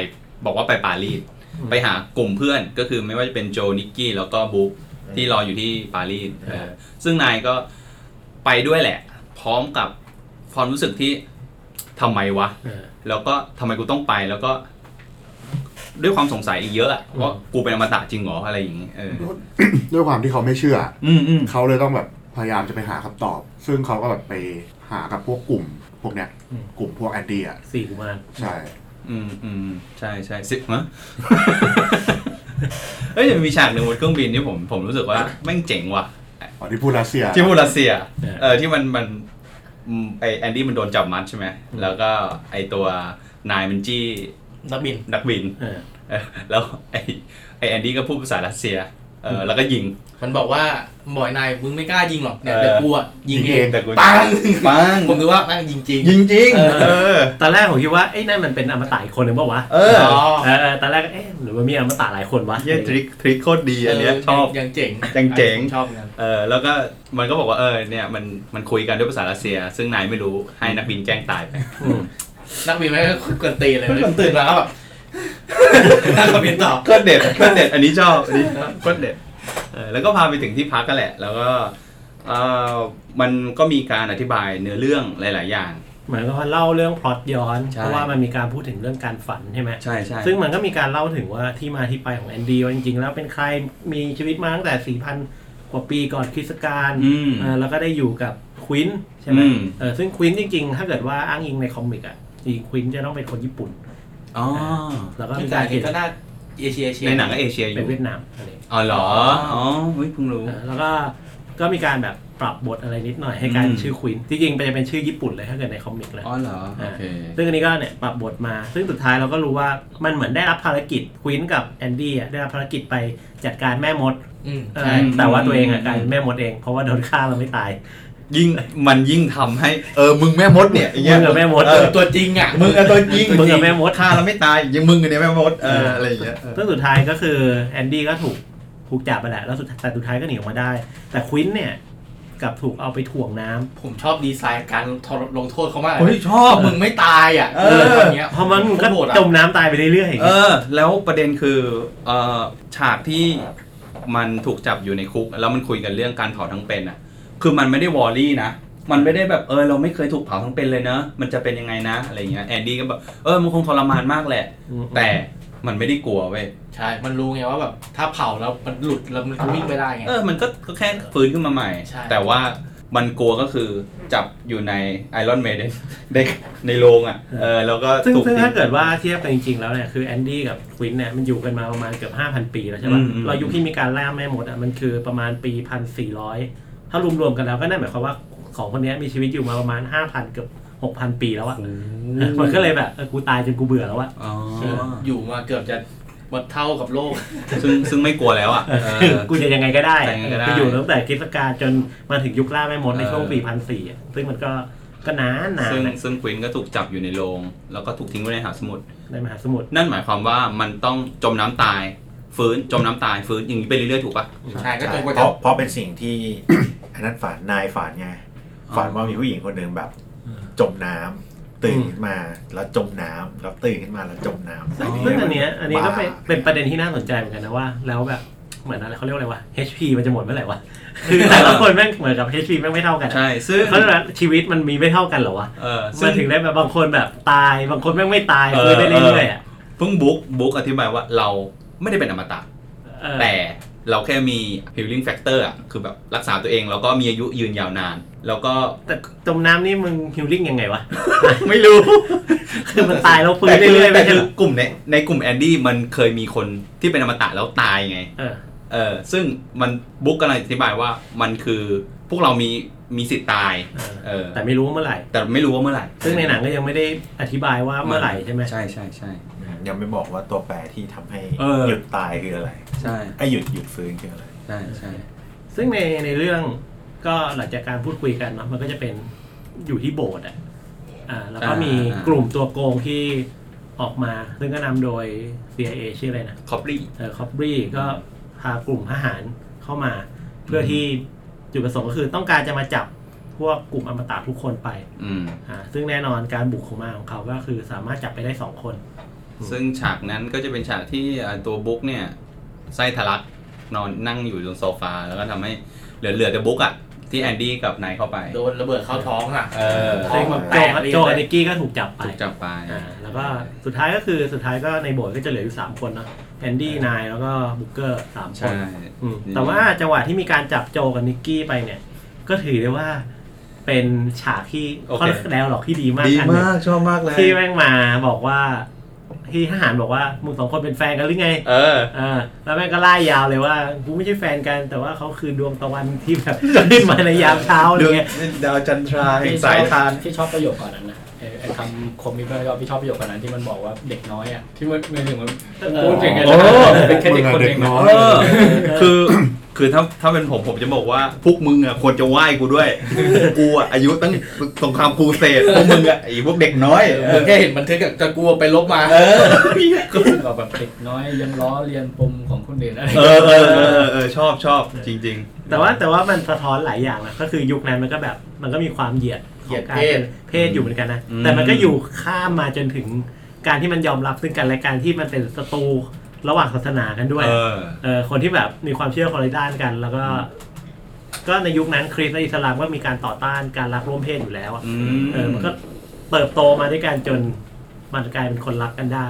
Speaker 2: บอกว่าไปปารีส
Speaker 1: อืม
Speaker 2: ไปหากลุ่มเพื่อนก็คือไม่ว่าจะเป็นโจนิกกี้แล้วก็บุ๊ก
Speaker 5: อืม
Speaker 2: ที่รออยู่ที่ปารีสเออ
Speaker 1: เออ
Speaker 2: ซึ่งนายก็ไปด้วยแหละ พร้อมกับความรู้สึกที่ทำไมวะ
Speaker 1: เออ
Speaker 2: แล้วก็ทำไมกูต้องไปแล้วก็ ด้วยความสงสัยอีกเยอะอะว่ากูเป็นอมตะจริงเหรออะไรอย่างงี้เออ
Speaker 4: ด้วยความที่เขาไม่เชื่อ
Speaker 2: อืมอืม
Speaker 4: เขาเลยต้องแบบพยายามจะไปหาคำตอบ ซึ่งเขาก็แบบไปหากับพวกกลุ่ม พวกเนี้ย
Speaker 1: อืม
Speaker 4: กลุ่มพวกแอนดี้อ่ะ
Speaker 1: สี่กุมาร
Speaker 4: ใช่
Speaker 2: อืมอืมใช่ใช่สิมะ เฮ้ยแต่มีฉากหนึ่งบนเครื่องบินที่ผมผมรู้สึกว่าแม่งเจ๋งว่ะ
Speaker 4: อ๋อที่พูดรัสเซีย
Speaker 2: ที่พูดรัสเซีย
Speaker 1: เออ
Speaker 2: เออที่มันมันอืมไอแอนดี้มันโดนจับมัดใช่ไหม แล้วก็ไอตัวนายมันจี้
Speaker 6: นักบิน
Speaker 2: นักบิน
Speaker 1: เออ
Speaker 2: เออแล้วไอไอแอนดี้ก็พูดภาษารัสเซีย เออแล้วก็ยิง
Speaker 6: มันบอกว่าบ่อยนายมึงไม่กล้ายิงหรอกเนี่ย
Speaker 2: เออ
Speaker 6: เดี๋ยวกลัวยิง
Speaker 4: ยิง
Speaker 6: เอ
Speaker 4: เอง ง
Speaker 2: แต่กู
Speaker 6: ปัง
Speaker 2: ปัง
Speaker 6: ผมนึกว่าแม่งยิงจริง
Speaker 2: ยิงจริง เออ
Speaker 1: ตอนแรกผมคิดว่าไอ้ยนั่นมันเป็นอมตะอีกคนหนึ่งเปล่าวะ
Speaker 2: เออ
Speaker 6: อ๋อ
Speaker 1: เออเออตอนแรกก็เอ๊ะหรือว่ามีอมตะหลายคนวะ
Speaker 2: เยี่ยทริคทริคโคตรดีอันเนี้ยชอบ
Speaker 6: ยังเจ๋ง
Speaker 2: ยังเจ๋ง
Speaker 6: ผมชอบเหมือนกัน
Speaker 2: เออแล้วก็มันก็บอกว่าเออเนี่ยมันมันคุยกันด้วยภาษารัสเซีย ซึ่งนายไม่รู้ให้นักบินแจ้งตายไป
Speaker 1: อืม
Speaker 6: นักบินไม่กวนตีนเลยตื่นมาก็แบบ นักบินตอบ
Speaker 2: ก็เด็ดก็เด็ดอันนี้ชอบอันนี้ก็เด็ดเออแล้วก็พาไปถึงที่พักกันแหละ แล้วก็เอ่อมันก็มีการอธิบายเนื้อเรื่องหลาย ๆ อย่าง
Speaker 1: เหมือนกับว่าเล่าเรื่องพล็อตย้อน
Speaker 2: ใช่
Speaker 1: เพราะว่ามันมีการพูดถึงเรื่องการฝันใช่ไหม
Speaker 2: ใช่ใช่
Speaker 1: ซึ่งมันก็มีการเล่าถึงว่าที่มาที่ไปของแอนดี้ว่าจริงๆ แล้วเป็นใครมีชีวิตมาตั้งแต่ 4,000 กว่าปีก่อนคริสต์กาล
Speaker 2: อืม
Speaker 1: เออแล้วก็ได้อยู่กับควินใช่ไหม
Speaker 2: อืม
Speaker 1: เออซึ่งควินจริง ๆ ถ้าเกิดว่าอ้างอิงในคอมิกอ่ะจริงควินจะต้องเป็นคนญี่ปุ่น
Speaker 2: อ๋อ
Speaker 1: แล้วก็
Speaker 6: ก็
Speaker 1: มี
Speaker 6: กา
Speaker 1: การ ร
Speaker 6: เห็
Speaker 1: เขียน
Speaker 6: นก็น่าเอเชียเอเชีย
Speaker 2: ในหนังก็เอเชียอ
Speaker 1: เป็น
Speaker 2: ยู่
Speaker 1: เวียดนามอะไรอย่างเงี้ย
Speaker 2: อ๋อเหรออ๋อเฮ้ยเพิ่งรู้
Speaker 1: เออแล้วก็ก็มีการแบบปรับบทอะไรนิดหน่อยให้กลายเป็
Speaker 2: อื
Speaker 1: น
Speaker 2: ม
Speaker 1: ชื่อควินจริงๆมันจะเป็นชื่อญี่ปุ่นเลยถ้าเกิดในคอมิกนะ
Speaker 2: อ๋อเหรอโอเค
Speaker 1: ซึ่งอันนี้ก็เนี่ยปรับบทมา ซึ่งสุดท้ายเราก็รู้ว่ามันเหมือนได้รับภารกิจควินกับแอนดี้อะได้รับภารกิจไปจัดการแม่มด
Speaker 6: อืม
Speaker 1: เออแต่ว่าตัวเองอะกลายเป็นแม่มดเอง เพราะว่าโดนฆ่าเราไม่ตาย
Speaker 2: ยิ่งมันยิ่งทำให้เออมึงแม่มดเนี่ยไอ้เงี้ย
Speaker 1: มึงกับแม่มด
Speaker 2: เอ
Speaker 6: เอ
Speaker 2: อ
Speaker 6: อตัวจริงอ่ะ
Speaker 2: มึงอะตัวจริง
Speaker 1: มึงกับแม่มด
Speaker 2: ฆ่าแล้วไม่ตายยังมึงกับเนี่ยแม่มดเอออะไรอย่างเงี้ยเออ
Speaker 1: ซึ่งสุดท้ายก็คือแอนดี้ก็ถูกถูกจับไปแหละแล้วสุดแต่สุดท้ายก็หนีออกมาได้ แต่ควินเนี่ยกลับถูกเอาไปถ่วงน้ำ
Speaker 6: ผมชอบดีไซน์การลงโทษเขามาก
Speaker 2: เฮ้ยชอบ
Speaker 6: มึงไม่ตายอ่ะ
Speaker 2: เออ
Speaker 6: แบบเนี้ย
Speaker 1: เพราะมันก็
Speaker 6: โหดอ่ะ
Speaker 1: จมน้ำตายไปเรื่อย
Speaker 2: เออ แล้วประเด็นคือเออฉากที่มันถูกจับอยู่ในคุก แล้วมันคุยกันเรื่องการเผาทั้งเป็นอ่ะ คือมันไม่ได้วอรี่นะ มันไม่ได้แบบเออเราไม่เคยถูกเผาทั้งเป็นเลยเนอะมันจะเป็นยังไงนะอะไรเงี้ยแอนดี้ก็แบบเออมันคงทรมานมากแหละ
Speaker 1: ๆอืม
Speaker 2: แต่มันไม่ได้กลัวเว้ย
Speaker 6: ใช่ มันรู้ไงว่าแบบถ้าเผาแล้วมันหลุดแล้วมันก็วิ่งไม่ได้ไง
Speaker 2: เออมันก็ก็แค่ฟื้นขึ้นมาใหม่
Speaker 6: ใช่
Speaker 2: แต่ว่ามันกลัวก็คือจับอยู่ในไอรอนเมดในในโรงอ่ะเออแล้วก็
Speaker 1: ซึ่ง
Speaker 2: ถูก
Speaker 1: ซึ่ง
Speaker 2: ทิ้
Speaker 1: ถ้าง เกิดว่าเทียบกันจริงๆแล้วเนี่ยคือแอนดี้กับควินเนี่ยมันอยู่กันมาประมาณเกือบ5,000 ปีแล้วใช่
Speaker 2: อื
Speaker 1: ปะ
Speaker 2: มอืม
Speaker 1: เรายุคที่มีการล่าแม่มดอ่ะมันคือประมาณปี 1,400 ถ้ารวมๆกันแล้วก็นั่นหมายความว่าของคนเนี้ยมีชีวิตอยู่มาประมาณ 5,000 เกือบ 6,000 ปีแล้วอะมันก็เลยแบบเออกูตายจนกูเบื่อแล้วอะ
Speaker 2: อ๋อ
Speaker 6: เอออยู่มาเกือบจะหมดเท่ากับโลก
Speaker 2: ซึ่งซึ่งไม่กลัวแล้วอ่ะเออ
Speaker 1: กูจะยังไงก็ได้
Speaker 2: ยังไงก็ได้
Speaker 1: กูอยู่ตั้งแต่คริสต์กาลจนมาถึงยุคล่าแม่มดในช่วง
Speaker 2: เออ
Speaker 1: ปี1,400อะซึ่งมันก็ก็นานนาน
Speaker 2: ซึ่งซึ่งควินก็ถูกจับอยู่ในโรง แล้วก็ถูกทิ้งไว้ในหาสมุทร
Speaker 1: ในมหาสมุทร
Speaker 2: นั่นหมายความว่ามันต้องจมน้ำตาย ฟื้นจมน้ำตายฟื้นอย่างนี้ไปเรื่อยๆถูกปะ
Speaker 6: ใช่ก็จนกว่า
Speaker 5: เพ
Speaker 6: จะ
Speaker 5: ราะเพราะเป็นสิ่งที่ อันนั้นฝันนายฝันไง
Speaker 2: อ๋อ
Speaker 5: ฝันว่ามีผู้หญิงคนหนึ่งแบบ จมน้ำตื่นขึ้นมาแล้วจมน้ำแล้วตื่นขึ้นมาแล้วจมน้ำ
Speaker 1: ซึ่งซึ่งอันเนี้ยอันนี้ก็เป็น
Speaker 5: บ้า
Speaker 1: เป็นประเด็นที่น่าสนใจเหมือนกันนะว่า แล้วแบบเหมือนอะไรเขาเรียกว่าอะไรวะ HP มันจะหมดเมื่อไหร่วะ คือแต่ละคนแม่งเหมือนกับ HP แม่งไม่เท่ากันอะ
Speaker 2: ใช่ ซึ่ง
Speaker 1: เขาเรียกว่าชีวิตมันมีไม่เท่ากันเหรอวะ
Speaker 2: เออซึ่
Speaker 1: มัน
Speaker 2: ง
Speaker 1: ถึงได้แบบบางคนแบบตายบางคนแม่งไม่ตาย
Speaker 2: เออ
Speaker 1: คือไปเรื่อยๆอ่ะ
Speaker 2: เพิ่งบุ๊กบุ๊กอธิบายว่าเราไม่ได้เป็นอมตะ
Speaker 1: เออ
Speaker 2: แต่ เราแค่มี healing factor อ่ะคือแบบรักษาตัวเองแล้วก็มีอายุยืนยาวนาน แล้วก็
Speaker 1: แต่จมน้ำนี่มึงฮิลลิ่ง ยังไงวะ
Speaker 2: ไม่รู้
Speaker 1: คือมันตายแล้วฟื้น
Speaker 2: แต่คือ
Speaker 1: เรื่อยๆ
Speaker 2: แต่
Speaker 1: ไม่ใช่
Speaker 2: คื
Speaker 1: เห
Speaker 2: อ
Speaker 1: รอก
Speaker 2: ลุ่มในในกลุ่มแอนดี้มันเคยมีคนที่เป็นอมตะแล้วตายไง
Speaker 1: เออ
Speaker 2: เออซึ่งมันบุ๊กกำลังอธิบายว่ามันคือพวกเรามีมีสิทธิ์ตาย เออ
Speaker 1: แต่ไม่รู้ว่าเมื่อไหร่
Speaker 2: แต่ไม่รู้ว่าเมื่อไหร่
Speaker 1: ซึ่งในหนังก็ยังไม่ได้อธิบายว่าเมื่อไหร่ใช่ไหม
Speaker 2: ใช่ใช่ใช่
Speaker 5: ยังไม่บอกว่าตัวแปรที่ทำให้
Speaker 2: เออ
Speaker 5: หยุดตายคืออะไร
Speaker 2: ใช่
Speaker 5: ไอ้หยุดหยุดฟื้นคืออะไร
Speaker 2: ใช่ใช่
Speaker 1: ซึ่งในในเรื่องก็หลังจากการพูดคุยกันเนาะมันก็จะเป็นอยู่ที่โบสถ์อ่ะอ่าแล้วก็
Speaker 2: อ่ามี
Speaker 1: มีกลุ่มตัวโกงที่ออกมา ซึ่งก็นำโดย CIA ชื่ออะไรนะ
Speaker 2: คอปรี่
Speaker 1: เออคอปรีก็พากลุ่มทหารเข้ามา เพื่อที่จุดประสงค์ก็คือต้องการจะมาจับพวกกลุ่มอมตะทุกคนไป
Speaker 2: อืม
Speaker 1: อ่าซึ่งแน่นอนการบุกเข้ามาของเขาก็คือสามารถจับไปได้สองคน
Speaker 2: ซึ่งฉากนั้นก็จะเป็นฉากที่เอ่อตัวบุ๊กเนี่ยไส้ทะลักนอนนั่งอยู่บนโซฟา แล้วก็ทำให้เหลือเหลือแต่บุ๊กอะที่แอนดี้กับไนายเข้าไป
Speaker 6: โดนระเบิดเข้าท้องอ่ะ
Speaker 2: เออ
Speaker 6: ท้องแบบแต
Speaker 1: โจ
Speaker 6: ก
Speaker 1: กับโจ
Speaker 6: เลย
Speaker 1: กับนิกกี้ก็ถูกจับไป
Speaker 2: ถูกจับไป
Speaker 1: อ่าแล้วก็สุดท้ายก็คือสุดท้ายก็ในโบสถ์ก็จะเหลืออยู่สามคนเนาะแอนดี้นายแล้วก็บุกเกอร์สามค
Speaker 2: ใช่
Speaker 1: นอืมแต่ว่าจังหวะที่มีการจับโจกับนิกกี้ไปเนี่ย ก็ถือได้ว่าเป็นฉากที่ค่อนแนวหลอกที่ดีมาก
Speaker 2: ดี
Speaker 1: อันหนึ่ง
Speaker 2: มากชอบมากเลย
Speaker 1: ที่แม่งมาบอกว่าที่ทหารบอกว่ามึงสองคนเป็นแฟนกันหรือไง
Speaker 2: เออ
Speaker 1: เออแล้วแม่งก็ไล่ยาวเลยว่ากูไม่ใช่แฟนกันแต่ว่าเขาคือดวงตะวันที่แบบ ขึ้นมาในยามเช้าอะไรเงี้ย
Speaker 5: ดาวจันทราแห่ง
Speaker 3: ที่ช
Speaker 5: สา
Speaker 3: อยบ
Speaker 5: ทาน
Speaker 3: ที่ชอบประโยคก่อนนั้นนะไอ้ไอ้คำคมมีประโยคที่ชอบประโยคก่อนนั้นที่มันบอกว่าเด็กน้อยอ่ะที่มันไม่ถึงมันพูดถึงไง
Speaker 2: โอ้
Speaker 3: เป็นแค่เด็กคนเอง
Speaker 4: มึงอะเด็กน้อย
Speaker 2: เออคือคือถ้าถ้าเป็นผมผมจะบอกว่า พวกมึงอ่ะควรจะไหว้กู ด้วย กูอ่ะอายุตั้งสงครามครูเสดพวกมึงอ่ะไอ้พวกเด็กน้อยเอ
Speaker 6: มึ
Speaker 2: อง
Speaker 6: แค่เห็นบันทึกอะจะกลัวไปลบมา
Speaker 3: ก็แบบเด็กน้อยยังล้อเรียนปมของคนอื่นอะไร
Speaker 2: เออเออเออเออเออชอบชอบจริง ๆ
Speaker 1: แต่ว่าแต่ว่ามันสะท้อนหลายอย่างนะก็คือยุคนั้นมันก็แบบมันก็มีความเหยียด
Speaker 6: เหยียด
Speaker 1: ของการ
Speaker 6: เพศ
Speaker 1: ป็นเพศอยู่เหมือนกันนะ
Speaker 2: อืม
Speaker 1: แต่มันก็อยู่ข้ามมาจนถึงการที่มันยอมรับซึ่งกันและการที่มันเป็นศัตรูระหว่างศาสนากันด้วย
Speaker 2: เออ
Speaker 1: เออคนที่แบบมีความเชื่อคนละด้านกัน แล้วก็ ก็ในยุคนั้นคริสต์และอิสลามก็มีการต่อต้านการรักร่วมเพศอยู่แล้วอะ
Speaker 2: อืม
Speaker 1: เออมันก็เติบโตมาด้วยกันจนมันกลายเป็นคนรักกันได้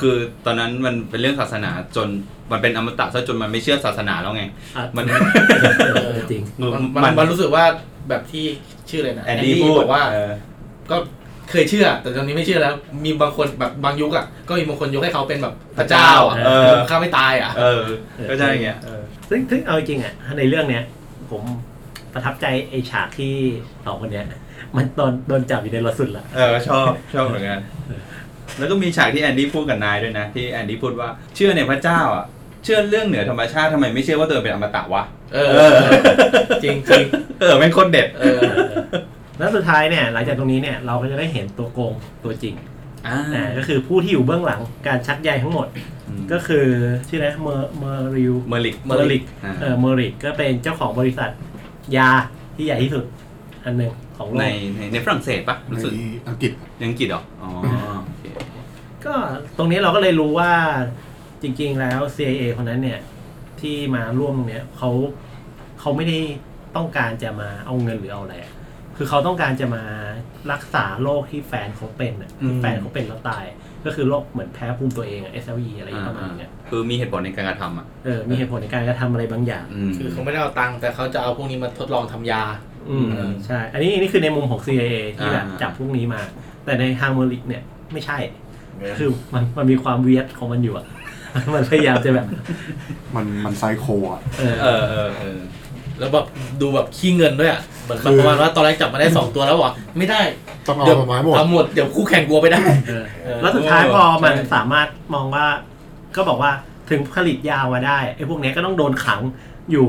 Speaker 2: คือตอนนั้นมันเป็นเรื่องศาสนาจนมันเป็นอมตะซะจนมันไม่เชื่อศาสนาแล้วไง
Speaker 1: อ่ะ
Speaker 2: มัน
Speaker 1: เออจริง
Speaker 6: มันมันมันรู้สึกว่าแบบที่ชื่อเลยนะ
Speaker 2: แอนดี้พู
Speaker 6: บ
Speaker 2: ด
Speaker 6: อกว่า
Speaker 2: เออ
Speaker 6: ก็เคยเชื่อ แต่ตอนนี้ไม่เชื่อแล้ว มีบางคนแบบบางยุคอ่ะ ก็มีบางคนยกให้เขาเป็นแบบพระเจ้าอ่ะ
Speaker 2: เออ
Speaker 6: ข้าไม่ตายอ่ะ
Speaker 2: เออก็ใช่ไงเออ
Speaker 1: ซึ่งซึ่งเอาจริงๆอ่ะในเรื่องเนี้ย ผมประทับใจไอฉากที่สองคนเนี้ย มันตอนโดนจับอยู่ในรถสุด ละ
Speaker 2: เออชอบชอบเหมือนกันแล้วก็มีฉากที่แอนดี้พูดกับนายด้วยนะ ที่แอนดี้พูดว่าเชื่อในพระเจ้าอ่ะเชื่อเรื่องเหนือธรรมชาติทำไมไม่เชื่อว่าตัวเองเป็นอมตะวะ
Speaker 6: เออ จริงจริง
Speaker 2: เออแม่งโคตรเด็ด
Speaker 6: ๆเออ
Speaker 1: แล้วสุดท้ายเนี่ย หลังจากตรงนี้เนี่ยเราก็จะได้เห็นตัวโกงตัวจริง
Speaker 2: อ่า
Speaker 1: อ่าก็คือผู้ที่อยู่เบื้องหลังการชักใยทั้งหมด ก็คือชื่ออะไรเมอร์เมอร์ริว
Speaker 2: เมอริก
Speaker 1: เมอริก
Speaker 2: อ่า
Speaker 1: เออเมอริกก็เป็นเจ้าของบริษัท ยาที่ใหญ่ที่สุด อันหนึ่งของโล
Speaker 2: ใน
Speaker 1: ก
Speaker 2: ในในฝรั่งเศสปะรู้สึก
Speaker 4: ในอังกฤษ
Speaker 2: ยังอังกฤษเหรออ๋อโอเค
Speaker 1: ก็ตรงนี้เราก็เลยรู้ว่าจริง ๆ แล้ว CIA คนนั้นเนี่ย ที่มาร่วมตรงเนี้ยเขาเขาไม่ได้ต้องการจะมาเอาเงินหรือเอาอะไรอะคือเขาต้องการจะมารักษาโรคที่แฟนเขาเป็นอ่ะที่แฟนเขาเป็นแล้วตาย ก็คือโรคเหมือนแพ้ภูมิตัวเองอ่ะ SLE อะไรประมาณเนี้ย
Speaker 2: คือมีเหตุผลในการกระทำอ่ะ
Speaker 1: เออมีเหตุผลในการกระทำอะไรบางอย่าง
Speaker 2: อืม
Speaker 6: คือเขาไม่ได้เอาตังค์แต่เขาจะเอาพวกนี้มาทดลองทำยา
Speaker 1: อืมใช่ อันนี้อันนี้คือในมุมของ CIA ที่แบบ
Speaker 2: อ่า
Speaker 1: จับพวกนี้มา แต่ในทางเมอริกเนี่ยไม่ใช่ คือมันมันมีความเวียดของมันอยู่อะ มันพยายามจะแบบ
Speaker 4: มันมันไซโคอ่ะ
Speaker 1: เออ
Speaker 2: เออเออเออ
Speaker 6: แล้วแบบดูแบบขี้เงินด้วยอ่ะ เหมือน
Speaker 4: คือ
Speaker 6: ประมาณว่าตอนแรกจับมาได้ 2 ตัวแล้ววะไม่ได้
Speaker 4: ต้องเอา
Speaker 6: เดี๋ยว
Speaker 4: มาไม้หมด
Speaker 6: เอาหมด เดี๋ยวคู่แข่งกลัวไปได้
Speaker 1: เออ
Speaker 6: เออ
Speaker 1: แล้วสุดท้ายพอมัน
Speaker 6: ใช่
Speaker 1: สามารถมองว่า ก็บอกว่าถึงผลิตยามาได้ไอ้พวกเนี้ยก็ต้องโดนขังอยู่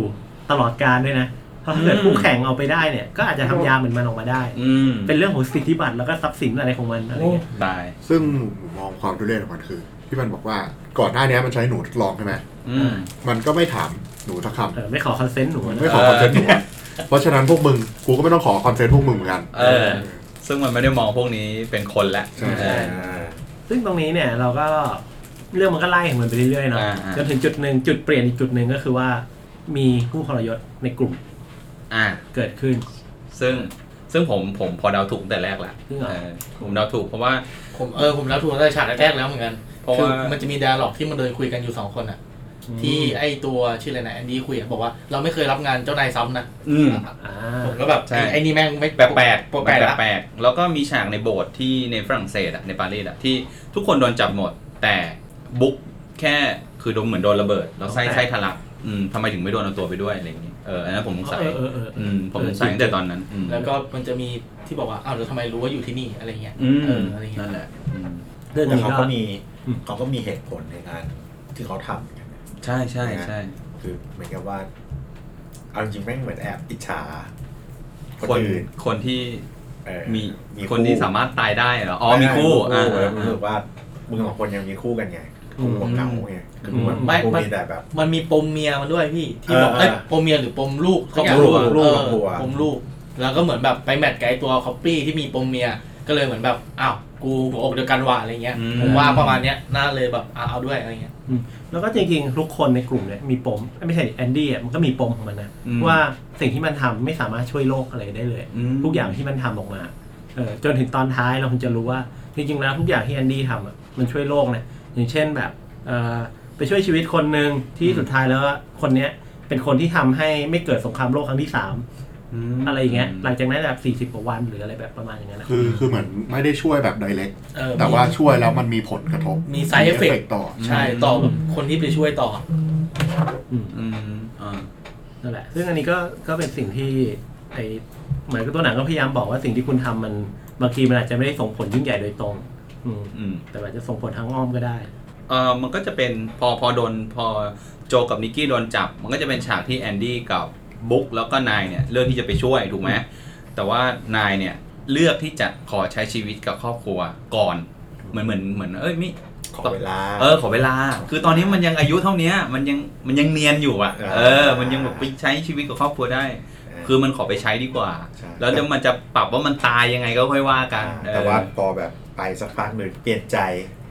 Speaker 1: ตลอดการด้วยนะ เพราะถ้าเกิดผู้แข่งเอาไปได้เนี่ย ก็อาจจะทำยาเหมือนมันออกมาได้
Speaker 2: อืม
Speaker 1: เป็นเรื่องของสิทธิบัตรแล้วก็ทรัพย์สินอะไรของมันอะไรเงี้ย
Speaker 2: ตาย
Speaker 4: ซึ่งมองความทุเรศของมันคือ ที่มันบอกว่าก่อนหน้านี้มันใช้หนูทดลองใช่ไหม
Speaker 2: อืม
Speaker 4: มันก็ไม่ถามหนูสักค
Speaker 1: เออไม่ขอคอนเซนต์หนู
Speaker 4: ำ
Speaker 1: นะ
Speaker 4: ไม่ขอคอนเซนต์หนูอะเพราะฉะนั้นพวกมึงกูก็ไม่ต้องขอคอนเซนต์พวกมึงเหมือนกัน
Speaker 2: เออ ซึ่งมันไม่ได้มองพวกนี้เป็นคนละ
Speaker 4: ใช่
Speaker 2: เออ
Speaker 1: ซึ่งตรงนี้เนี่ยเราก็เรื่องมันก็ไล่ของมันไปเรื่อยๆเนาะ
Speaker 2: อ่าอ่า
Speaker 1: จนถึงจุดหนึ่งจุดเปลี่ยนอีกจุดหนึ่งก็คือว่ามีผู้ทรยศในกลุ่ม
Speaker 2: อ่ะ
Speaker 1: เกิดขึ้น
Speaker 2: ซึ่งซึ่งผมผมพอเดาถูกตั้งแต่แรกแหละ
Speaker 1: จริงเหรอ
Speaker 2: เออผมเดาถูกเพราะว่า
Speaker 6: ผมเออผมรับถูกตั้งแต่ฉากแรกๆแล้วเหมือนกัน
Speaker 2: เพราะ
Speaker 6: คือ
Speaker 2: ว่า
Speaker 6: มันจะมีดาร์ล็อกที่มันเดินคุยกันอยู่สองคนอ่ะ ที่ไอตัวชื่ออะไรนะแอนดี้คุยอะบอกว่าเราไม่เคยรับงานเจ้านายซ้ำนะ
Speaker 2: อืม
Speaker 1: อ่า
Speaker 6: ผมก็แบบ
Speaker 2: ใช่
Speaker 6: ไอ้ไอ้นี่แม่งไม่
Speaker 2: แปลกแปลก
Speaker 6: แปลกแปลกละ
Speaker 2: แปลกๆแล้วก็มีฉากในโบสถ์ที่ในฝรั่งเศสอะในปารีสอะที่ทุกคนโดนจับหมด แต่บุ๊กแค่คือโดนเหมือนโดนระเบิด แล้วไส้ไส้ทะลักอืมทำไมถึงไม่โดนเอาตัวไปด้วยอะไรอย่างเงี้ยเอออันนั้นผมสงสัย
Speaker 1: เออเออเออเออ
Speaker 2: มผมสงสัยตั้งแต่ตอนนั้นอืม
Speaker 6: แล้วก็มันจะมีที่บอกว่า อ้าวแล้วทำไมรู้ว่าอยู่ที่นี่อะไรเงี้ย
Speaker 2: อืม
Speaker 6: เอออะไรเงี้
Speaker 2: นั่
Speaker 6: ย
Speaker 2: นแหละอืม
Speaker 1: เรื่อง
Speaker 5: แต่
Speaker 1: นี้
Speaker 5: เขา
Speaker 1: ก็
Speaker 5: ก็มี
Speaker 1: อืม
Speaker 5: เขาก็มีเหตุผลในการที่เขาทำกันนะ
Speaker 2: ใช่ใช่ใช่
Speaker 5: คือเหมือนกับว่าเอาจริงๆแม่งเหมือนแอบอิจฉาคน
Speaker 2: คน
Speaker 5: อื่น
Speaker 2: คนที่
Speaker 5: เออ
Speaker 2: มี
Speaker 5: มี
Speaker 2: คนที่สามารถตายได้เหรออ๋อมีคู่
Speaker 5: อ่า
Speaker 2: อ่า
Speaker 5: แล้ว
Speaker 2: อ่า
Speaker 5: รู้
Speaker 2: อ่า
Speaker 5: สึกว่ามึงสองคนยังมีคู่กันไง
Speaker 1: อื
Speaker 5: คู่
Speaker 1: ม
Speaker 5: ของเก่าไงคือมัน
Speaker 6: ไม่
Speaker 5: คู่
Speaker 6: มัน
Speaker 5: มีแต่แบบ
Speaker 6: มันมีปมเมียมันด้วยพี่ ที่
Speaker 5: เออ
Speaker 6: บอกเอ้ย
Speaker 5: เออ
Speaker 6: ปมเมียหรือปมลูก
Speaker 2: ปม
Speaker 6: เขาอยาก
Speaker 2: ลูก
Speaker 6: รู้อะ
Speaker 5: ลูก
Speaker 6: เอ
Speaker 5: ครอบครัว
Speaker 6: อปมลูก แล้วก็เหมือนแบบไปแมทไกด์ตัวคอปปี้ที่มีปมเมีย ก็เลยเหมือนแบบ อ้าว กูหัวอกเดียวกันว่ะอะไรเงี้ย
Speaker 2: อืม
Speaker 6: ผมว่าประมาณเนี้ย น่าเลยแบบอ่ะเอาด้วยอะไรเงี้ย
Speaker 1: อืมแล้วก็จริงๆ ทุกคนในกลุ่มเนี่ยมีปมเอ้ยไม่ใช่แอนดี้อ่ะมันก็มีปมของมันนะ
Speaker 2: อืม
Speaker 1: ว่าสิ่งที่มันทำไม่สามารถช่วยโลกอะไรได้เลย
Speaker 2: อืม
Speaker 1: ทุกอย่างที่มันทำออกมาเออจนถึงตอนท้ายเราคงจะรู้ว่า จริงๆแล้วทุกอย่างที่แอนดี้ทำอ่ะมันช่วยโลกนะอย่างเช่นแบบเออไปช่วยชีวิตคนหนึ่งที่สุดท้ายแล้วอะคนเนี้ยเป็นคนที่ทำให้ไม่เกิดสงครามโลกครั้งที่สาม
Speaker 2: ม
Speaker 1: อะไรอย่างเงี้ยหลังจากนั้นแบบสี่สิบ40กว่าวันหรืออะไรแบบประมาณอย่างนั้นนะ
Speaker 4: คือคือเหมือนไม่ได้ช่วยแบบ i ดเ c t
Speaker 6: เออ
Speaker 4: แต่
Speaker 6: มี
Speaker 4: ว่าช่วยแล้วมันมีผลกระทบ
Speaker 6: มี side
Speaker 4: มี
Speaker 6: effect
Speaker 4: effect ต่อ
Speaker 6: ใช่ ต่อแบบคนที่ไปช่วยต่อ
Speaker 1: อืม
Speaker 2: อืมอ่า
Speaker 1: นั่นแหละ ซึ่งอันนี้ก็ ก็เป็นสิ่งที่ไอหมายก็ตัวหนังก็พยายามบอกว่าสิ่งที่คุณทำมัน บางทีมันอาจจะไม่ได้ส่งผลยิ่งใหญ่โดยตรง อืม
Speaker 2: อืม
Speaker 1: แต่อาจจะส่งผลทางอ้อมก็ได้
Speaker 2: เออมันก็จะเป็นพอพอโดนพอโจกับนิกกี้โดนจับ มันก็จะเป็นฉากที่แอนดี้กับบุ๊กแล้วก็นายเนี่ยเลือกที่จะไปช่วยถูกไหมแต่ว่านายเนี่ยเลือกที่จะขอใช้ชีวิตกับครอบครัวก่อนเหมือนเหมือนเหมือนเอ้ยมิ
Speaker 5: ขอเวลา
Speaker 2: เออขอเวลา คือตอนนี้มันยังอายุเท่าเนี้ยมันยังมันยังเนียนอยู่อ่ะ
Speaker 5: อ่า
Speaker 2: เออ มันยังแบบไปใช้ชีวิตกับครอบครัวได้ คือมันขอไปใช้ดีกว่า
Speaker 5: ใช่
Speaker 2: แล้วเดี๋ยวมันจะปรับว่ามันตายยังไงก็ค่อยว่ากันเออ
Speaker 5: แต่ว่าพอแบบไปสักพักหนึ่งเปลี่ยนใจ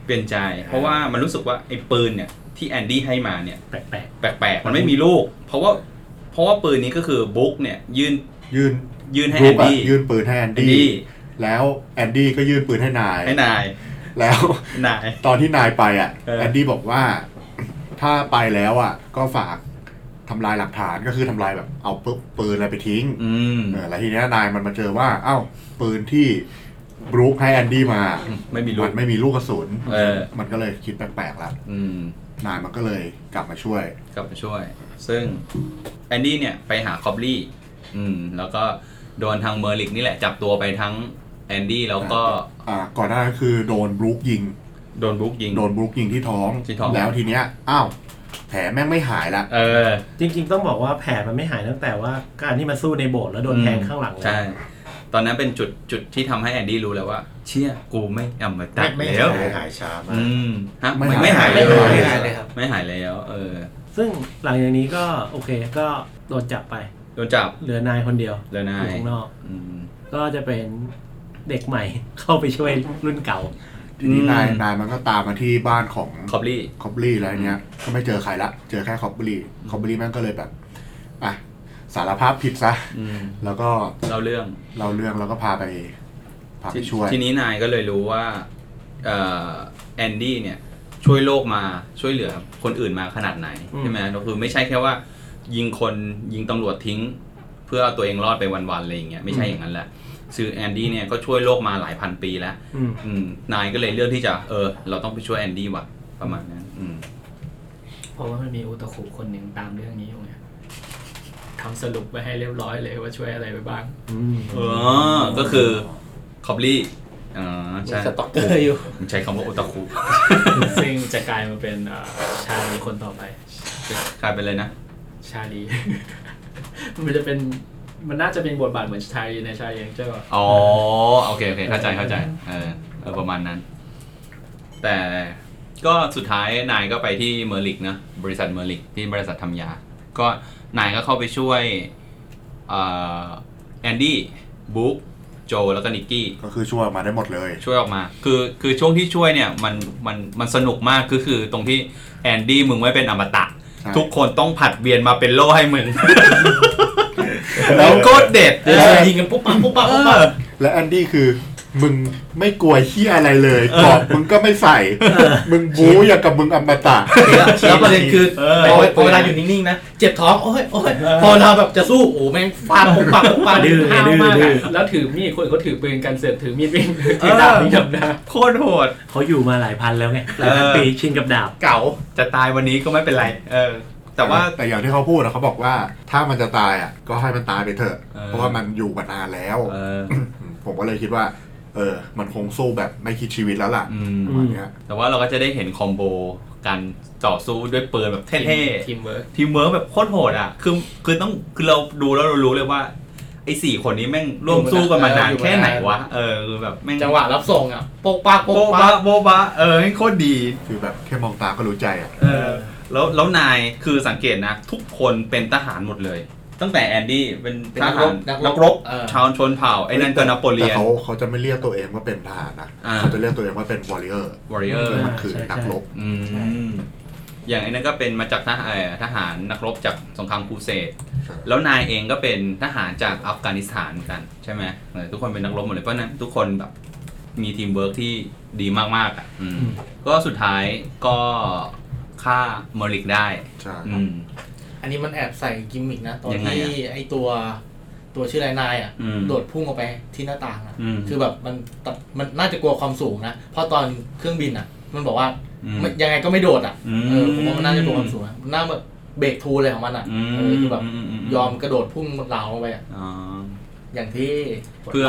Speaker 2: เปลี่ยนใจ เพราะว่ามันรู้สึกว่าไอ้ปืนเนี่ยที่แอนดี้ให้มาเนี่ย
Speaker 1: แปลก
Speaker 2: แปลกๆ มันไม่มีลูก เพราะว่า เพราะว่าปืนนี้ก็คือบุ๊กเนี่ย ยื่น
Speaker 4: ยื่น
Speaker 2: ยื่นให้
Speaker 4: รู
Speaker 2: แอน
Speaker 4: ปอะ
Speaker 2: ดี้
Speaker 4: ยื่นปืนให้แอน
Speaker 2: แอน
Speaker 4: ดี้
Speaker 2: ดี้
Speaker 4: แล้วแอนดี้ก็ยื่นปืนให้นาย
Speaker 2: ให้นาย
Speaker 4: แล้ว
Speaker 2: นาย
Speaker 4: ตอนที่นายไปอ่ะ
Speaker 2: เออ
Speaker 4: แอนดี้บอกว่า ถ้าไปแล้วอ่ะ ก็ฝากทำลายหลักฐานก็คือทำลายแบบเอาปุ๊บปืนอะไรไปทิ้ง
Speaker 2: อืม
Speaker 4: เออแล้วทีเนี้ยนายมันมาเจอว่า เอ้า ปืนที่บรูคให้แอนดี้มา
Speaker 2: ไม่มีลู
Speaker 4: มั
Speaker 2: ก
Speaker 4: นไม่มีลูกกระสุน
Speaker 2: เออ
Speaker 4: มันก็เลยคิดแปลกๆละ
Speaker 2: อืม
Speaker 4: นายมันก็เลยกลับมาช่วย
Speaker 2: กลับมาช่วย ซึ่งแอนดี้เนี่ยไปหาคอบลี่ อืม แล้วก็โดนทางเมอร์ลิกนี่แหละ จับตัวไปทั้งแอนดี้แล้วก็
Speaker 4: อ่าก่อนหน้านั้นคือโดนบรูคยิง
Speaker 2: โดนบุ๊กยิง
Speaker 4: โดนบรูคยิงที่ท้อง
Speaker 2: ที่ท้อง
Speaker 4: แล้วทีเนี้ยอ้าวแผลแม่งไม่หายละ
Speaker 2: เออ
Speaker 1: ๆ จริง ๆ ต้องบอกว่าแผลมันไม่หายตั้งแต่ว่าการที่มาสู้ในโบสถ์แล้วโดนแทงข้างหลังแล้ว
Speaker 2: ใช่ ตอนนั้นเป็นจุดจุดที่ทำให้แอนดี้รู้แล้วว่า เชี่ยกูไม่อมตะ
Speaker 5: ไม่ไม่
Speaker 2: แล้ว
Speaker 5: หายหายช้ามาก
Speaker 2: อืมฮะ
Speaker 4: ไม่
Speaker 2: ไม่
Speaker 4: หาย
Speaker 2: ไม่หายเลย
Speaker 6: ไม่หายเลยครับ
Speaker 2: ไม่หายแล้ว เออ
Speaker 1: ซึ่งหลังจากนี้ก็ โอเค ก็โดนจับไป
Speaker 2: โดนจับ
Speaker 1: เหลือนายคนเดียว
Speaker 2: เหล
Speaker 1: อน
Speaker 2: ยาย
Speaker 1: ยู่ข้างนอก
Speaker 2: อืม
Speaker 1: ก็จะเป็นเด็กใหม่ เข้าไปช่วยรุ่นเก่า
Speaker 4: ทีนี้
Speaker 2: อืม
Speaker 4: นายนายมันก็ตามมาที่บ้านของ
Speaker 2: คอบลี่
Speaker 4: คอบลี่แล้วเนี้ยก็ไม่เจอใครละ เจอแค่คอบลี่คอบลี่แม่งก็เลยแบบอ่ะสารภาพผิดซะ
Speaker 2: อืม
Speaker 4: แล้วก็
Speaker 2: เล่าเรื่อง
Speaker 4: เราเรื่องแล้วก็พาไป พาไป
Speaker 2: ที่
Speaker 4: ช่วย
Speaker 2: ทีนี้นายก็เลยรู้ว่าเอ่อแอนดี้เนี่ย ช่วยโลกมาช่วยเหลือคนอื่นมาขนาดไหน
Speaker 1: อืม
Speaker 2: ใช่ไหมก็คือไม่ใช่แค่ว่า ยิงคนยิงตำรวจทิ้ง เพื่อเอาตัวเองรอดไปวันๆอะไรอย่างเงี้ยไม่ใช่อย่างนั้นแหละคือแอนดี้เนี่ยก็ช่วยโลกมาหลายพันปีแล้ว
Speaker 1: อืม
Speaker 2: อืมนายก็เลยเลือกที่จะ เออ เราต้องไปช่วยแอนดี้ว่ะประมาณนั้นอืม
Speaker 3: เพราะว่ามันมีอุตคุคนหนึ่งตามเรื่องนี้อยู่ไงทำสรุปไว้ให้เรียบร้อยเลยว่าช่วยอะไรไปบ้าง
Speaker 1: อืม
Speaker 2: เออ ก็คือคอบลี่อ๋อใช่
Speaker 6: สต็อกเกอร์อยู่
Speaker 2: ผมใช้คำว่าโอตาคุ
Speaker 3: ซึ่งจะกลายมาเป็นเอ่อชาลีคนต่อไป
Speaker 2: กลายเป็นเลยนะ
Speaker 3: ชาลี มันจะเป็นมันน่าจะเป็นบทบาทเหมือนชาลีในชาลีแองเจิลอะ
Speaker 2: อ๋อโอเคโอเคเข้าใจเข้าใจเออเออประมาณนั้น แต่ก็สุดท้ายนายก็ไปที่เมอร์ลิกนะบริษัทเมอร์ลิกที่บริษัททำยา ก็นายก็เข้าไปช่วยเอ่อแอนดี้บุ๊กโจแล้วก็นิกกี้
Speaker 4: ก็คือช่วยมาได้หมดเลย
Speaker 2: ช่วยออกมา คือ คือช่วงที่ช่วยเนี่ย มัน มัน มันสนุกมาก คือ คือ ตรงที่แอนดี้มึงไม่เป็นอมตะ
Speaker 4: ใช่
Speaker 2: ทุกคนต้องผัดเวียนมาเป็นโล่ให้ มึง แล้วโคตรเด็ด
Speaker 6: เดินยิงกันปุ๊บปั๊บปุ๊บปั๊บปุ๊บปั๊บ
Speaker 4: และแอนดี้คือ มึงไม่กลัวเฮียอะไรเลยกรอบมึงก็ไม่ใส่ มึงบู๊อย่างกับมึงอมตะ
Speaker 6: แล้วประเด็นคือ
Speaker 2: เออ
Speaker 6: พอพอเวลาอยู่นิ่งๆนะ เจ็บท้องโอ้ยโอ้ยพอเราแบบจะสู้โอ้แม่งฟาดปุ๊บปั๊บปุ๊บปั๊บ
Speaker 1: ดื้อ
Speaker 3: ห้าวมากอะแล้วถือมีดคนอื่นเขาถือปืนกันเสือกถือมีดวิ่งถือดาบวิ่งดำน้ำ
Speaker 2: โคตรโหด
Speaker 1: เขาอยู่มาหลายพันแล้วไงหลายพัน
Speaker 2: เออ
Speaker 1: ปีชินกับดาบ
Speaker 2: เก่าจะตายวันนี้ก็ไม่เป็นไร เออ แต่ว่า
Speaker 4: แต่อย่างที่เขาพูดนะเขาบอกว่าถ้ามันจะตายอ่ะก็ให้มันตายไปเถอะ
Speaker 2: เออ
Speaker 4: เพราะว่ามันอยู่มานานแล้ว
Speaker 2: เออ
Speaker 4: ผมก็เลยคิดว่า เออ มันคงสู้แบบไม่คิดชีวิตแล้วล่ะ
Speaker 2: อืม
Speaker 4: ประมาณเนี้ย
Speaker 2: แต่ว่าเราก็จะได้เห็นคอมโบการต่อสู้ด้วยปืนแบบเท่ๆ
Speaker 3: ทีมเวิร์ก
Speaker 2: ทีมเวิร์กแบบโคตรโหดอ่ะ คือคือต้องคือเราดูแล้วเรารู้เลยว่า ไอ้สี่คนนี้แม่งร่วมสู้กันมานานแค่ไหนวะ เออคือแบบแม่ง
Speaker 6: จังหวะรับส่งอ่ะโป๊กปากโป๊
Speaker 2: โบ๊ะ
Speaker 6: กปา
Speaker 2: บะ
Speaker 6: ก
Speaker 2: โบ๊ะบะเออแม่งโคตรดี
Speaker 4: คือแบบแค่มองตาก็รู้ใจอ่ะ
Speaker 2: เออ แล้วแล้วนายคือสังเกตนะ ทุกคนเป็นทหารหมดเลย ตั้งแต่แอนดี้เป็นทหารนักรบ
Speaker 6: เออ
Speaker 2: ชาวชนเผ่า ไอ้นั่นก็นโปเลียน
Speaker 4: แต่เขาเขาจะไม่เรียกตัวเองว่าเป็นทหารนะ
Speaker 2: อ่า
Speaker 4: เขาจะเรียกตัวเองว่าเป็นวอริเออร์
Speaker 2: วอริเออร์
Speaker 4: มันคือนักรบ
Speaker 2: อืมอย่างไอ้นั่นก็เป็นมาจากทหารเอ่อทหารนักรบจากสงครามครูเสด แล้วนายเองก็เป็นทหารจากอัฟกานิสถานเหมือนกันใช่ไหมเออทุกคนเป็นนักรบหมดเลยเพราะฉะนั้นทุกคนแบบมีทีมเวิร์กที่ดีมากๆอ่ะอืม
Speaker 1: อืม
Speaker 2: ก็สุดท้ายก็ฆ่าเมอริกได้
Speaker 4: ใช่
Speaker 2: อืม
Speaker 6: อันนี้มันแอบใส่กิมมิกนะตอน
Speaker 2: ยังไง
Speaker 6: ที่
Speaker 2: อะ
Speaker 6: ไอตัวตัวชื่ออะไรนายอ่ะ
Speaker 2: อืม
Speaker 6: โดดพุ่งออกไปที่หน้าต่างอ่ะ
Speaker 2: อืม
Speaker 6: คือแบบมันตัดมันน่าจะกลัวความสูงนะเพราะตอนเครื่องบินอ่ะ มันบอกว่า
Speaker 2: อืม
Speaker 6: ไม่ยังไงก็ไม่โดดอ่ะ
Speaker 2: อืม
Speaker 6: เออผมว่ามันน่าจะกลัวความสูงนะหน้าแบบเบรกทูเลยของมันอ่ะเออคือแบบยอมกระโดดพุ่งราวลงไปอ่ะ
Speaker 2: อ๋อ
Speaker 6: อย่างที่
Speaker 2: เพื่อ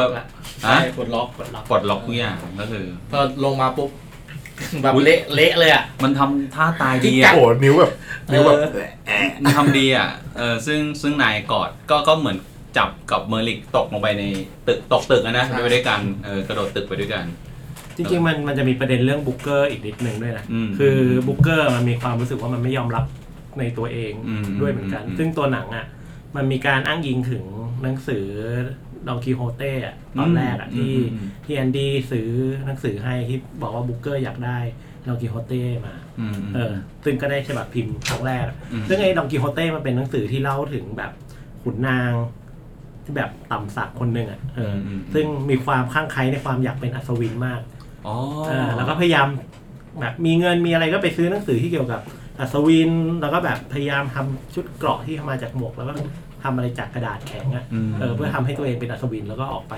Speaker 6: ใช่ปลดล็อก
Speaker 3: กดล็อก
Speaker 2: ปลดล็อกทุกอย่างก็คือ
Speaker 6: พอลงมาปุ๊บแบบ
Speaker 2: อุ๊ย
Speaker 6: เละเละเลยอ่ะ
Speaker 2: มันทำท่าตายดีอ่ะ
Speaker 4: โอ้โหนิ้วแบบ นิ้วแบบ
Speaker 6: เออ
Speaker 4: แหละ
Speaker 2: มันทำดีอ่ะเออซึ่งซึ่งนายกอดก็ก็เหมือนจับกับเมอริกตกลงไปในตึกตกตึกอะนะไปด้วยกันเออกระโดดตึกไปด้วยกัน
Speaker 1: จริงๆมันมันจะมีประเด็นเรื่องบุ๊กเกอร์อีกนิดนึงด้วยนะ
Speaker 2: อืม
Speaker 1: คือบุ๊กเกอร์มันมีความรู้สึกว่ามันไม่ยอมรับในตัวเอง
Speaker 2: อืม
Speaker 1: ด้วยเหมือนกัน
Speaker 2: อืม
Speaker 1: ซึ่งตัวหนังอ่ะ มันมีการอ้างอิงถึงหนังสือดองคีโฮเต้อะตอนแรกอ่ะ
Speaker 2: อืม
Speaker 1: ที่
Speaker 2: อืม
Speaker 1: ที่แอนดี้ซื้อหนังสือให้ที่บอกว่าบุ๊กเกอร์อยากได้ดองคีโฮเต้มา
Speaker 2: อืม
Speaker 1: เออ ซึ่งก็ได้ฉบับพิมพ์ครั้งแรก
Speaker 2: อืม
Speaker 1: ซึ่งไอ้ดองกิโฮเต้มันเป็นหนังสือที่เล่าถึงแบบขุนนาง ที่แบบต่ำสักคนหนึ่งอ่ะ เอออซึ่งมีความข้างใครในความอยากเป็นอัศวินมาก
Speaker 2: อ๋อ
Speaker 1: เออแล้วก็พยายามแบบมีเงินมีอะไรก็ไปซื้อหนังสือที่เกี่ยวกับอัศวิน แล้วก็แบบพยายามทำชุดเกราะที่ทำมาจากหมวก แล้วก็ทำอะไรจากกระดาษแข็งอะ
Speaker 2: อืม
Speaker 1: เออเพื่อทำให้ตัวเองเป็นอัศวินแล้วก็ออกไป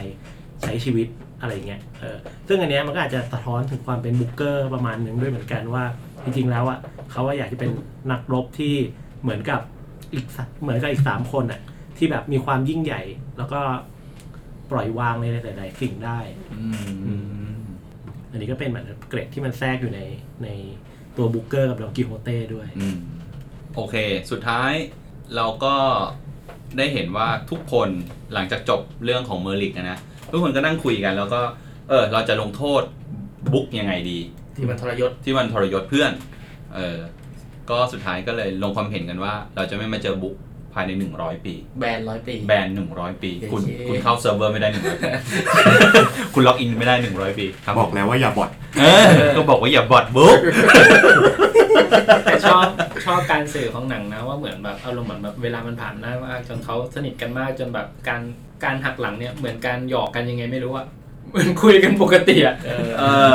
Speaker 1: ใช้ชีวิตอะไรเงี้ยเออซึ่งอันเนี้ยมันก็อาจจะสะท้อนถึงความเป็นบุกเกอร์ประมาณหนึ่งด้วยเหมือนกันว่า จริงๆแล้วอ่ะเขาว่าอยากจะเป็นนักรบที่เหมือนกับอีกสามเหมือนกับอีกสามคนอ่ะที่แบบมีความยิ่งใหญ่ แล้วก็ปล่อยวางในหลายๆสิ่งได้
Speaker 2: อืม
Speaker 1: อันนี้ก็เป็นเหมือนเกร็ดที่มันแทรกอยู่ในในตัวบุกเกอร์กับดองกิโฮเต้ด้วย
Speaker 2: อืมโอเค สุดท้ายเราก็ได้เห็นว่าทุกคนหลังจากจบเรื่องของเมอริกนะนะทุกคนก็นั่งคุยกัน แล้วก็ เออ เราจะลงโทษบุ๊กยังไงดี
Speaker 6: ที่มันทรยศ
Speaker 2: ที่มันทรยศเพื่อน เออ ก็สุดท้ายก็เลยลงความเห็นกันว่า เราจะไม่มาเจอบุ๊กภายใน 100 ปี
Speaker 6: แบนร้อยปี
Speaker 2: แบนหนึ่งร้อยปี คุณ
Speaker 6: โอเค
Speaker 2: คุณเข้าเซิร์ฟเวอร์ไม่ได้หนึ่งร้อย ปีคุณล็อกอินไม่ได้หนึ่งร้อยปีครับ
Speaker 4: บอกแล้วว่าอย่าบอด
Speaker 2: เออก็บอกว่าอย่าบอด บุ๊ก
Speaker 3: แต่ชอบชอบการสื่อของหนังนะว่าเหมือนแบบอารมณ์เหมือนแบบเวลามันผ่านหน้ามากจนเขาสนิทกันมากจนแบบการการหักหลังเนี่ยเหมือนการหยอกกันยังไงไม่รู้อะเหมือนคุยกันปกติอะ
Speaker 2: เอ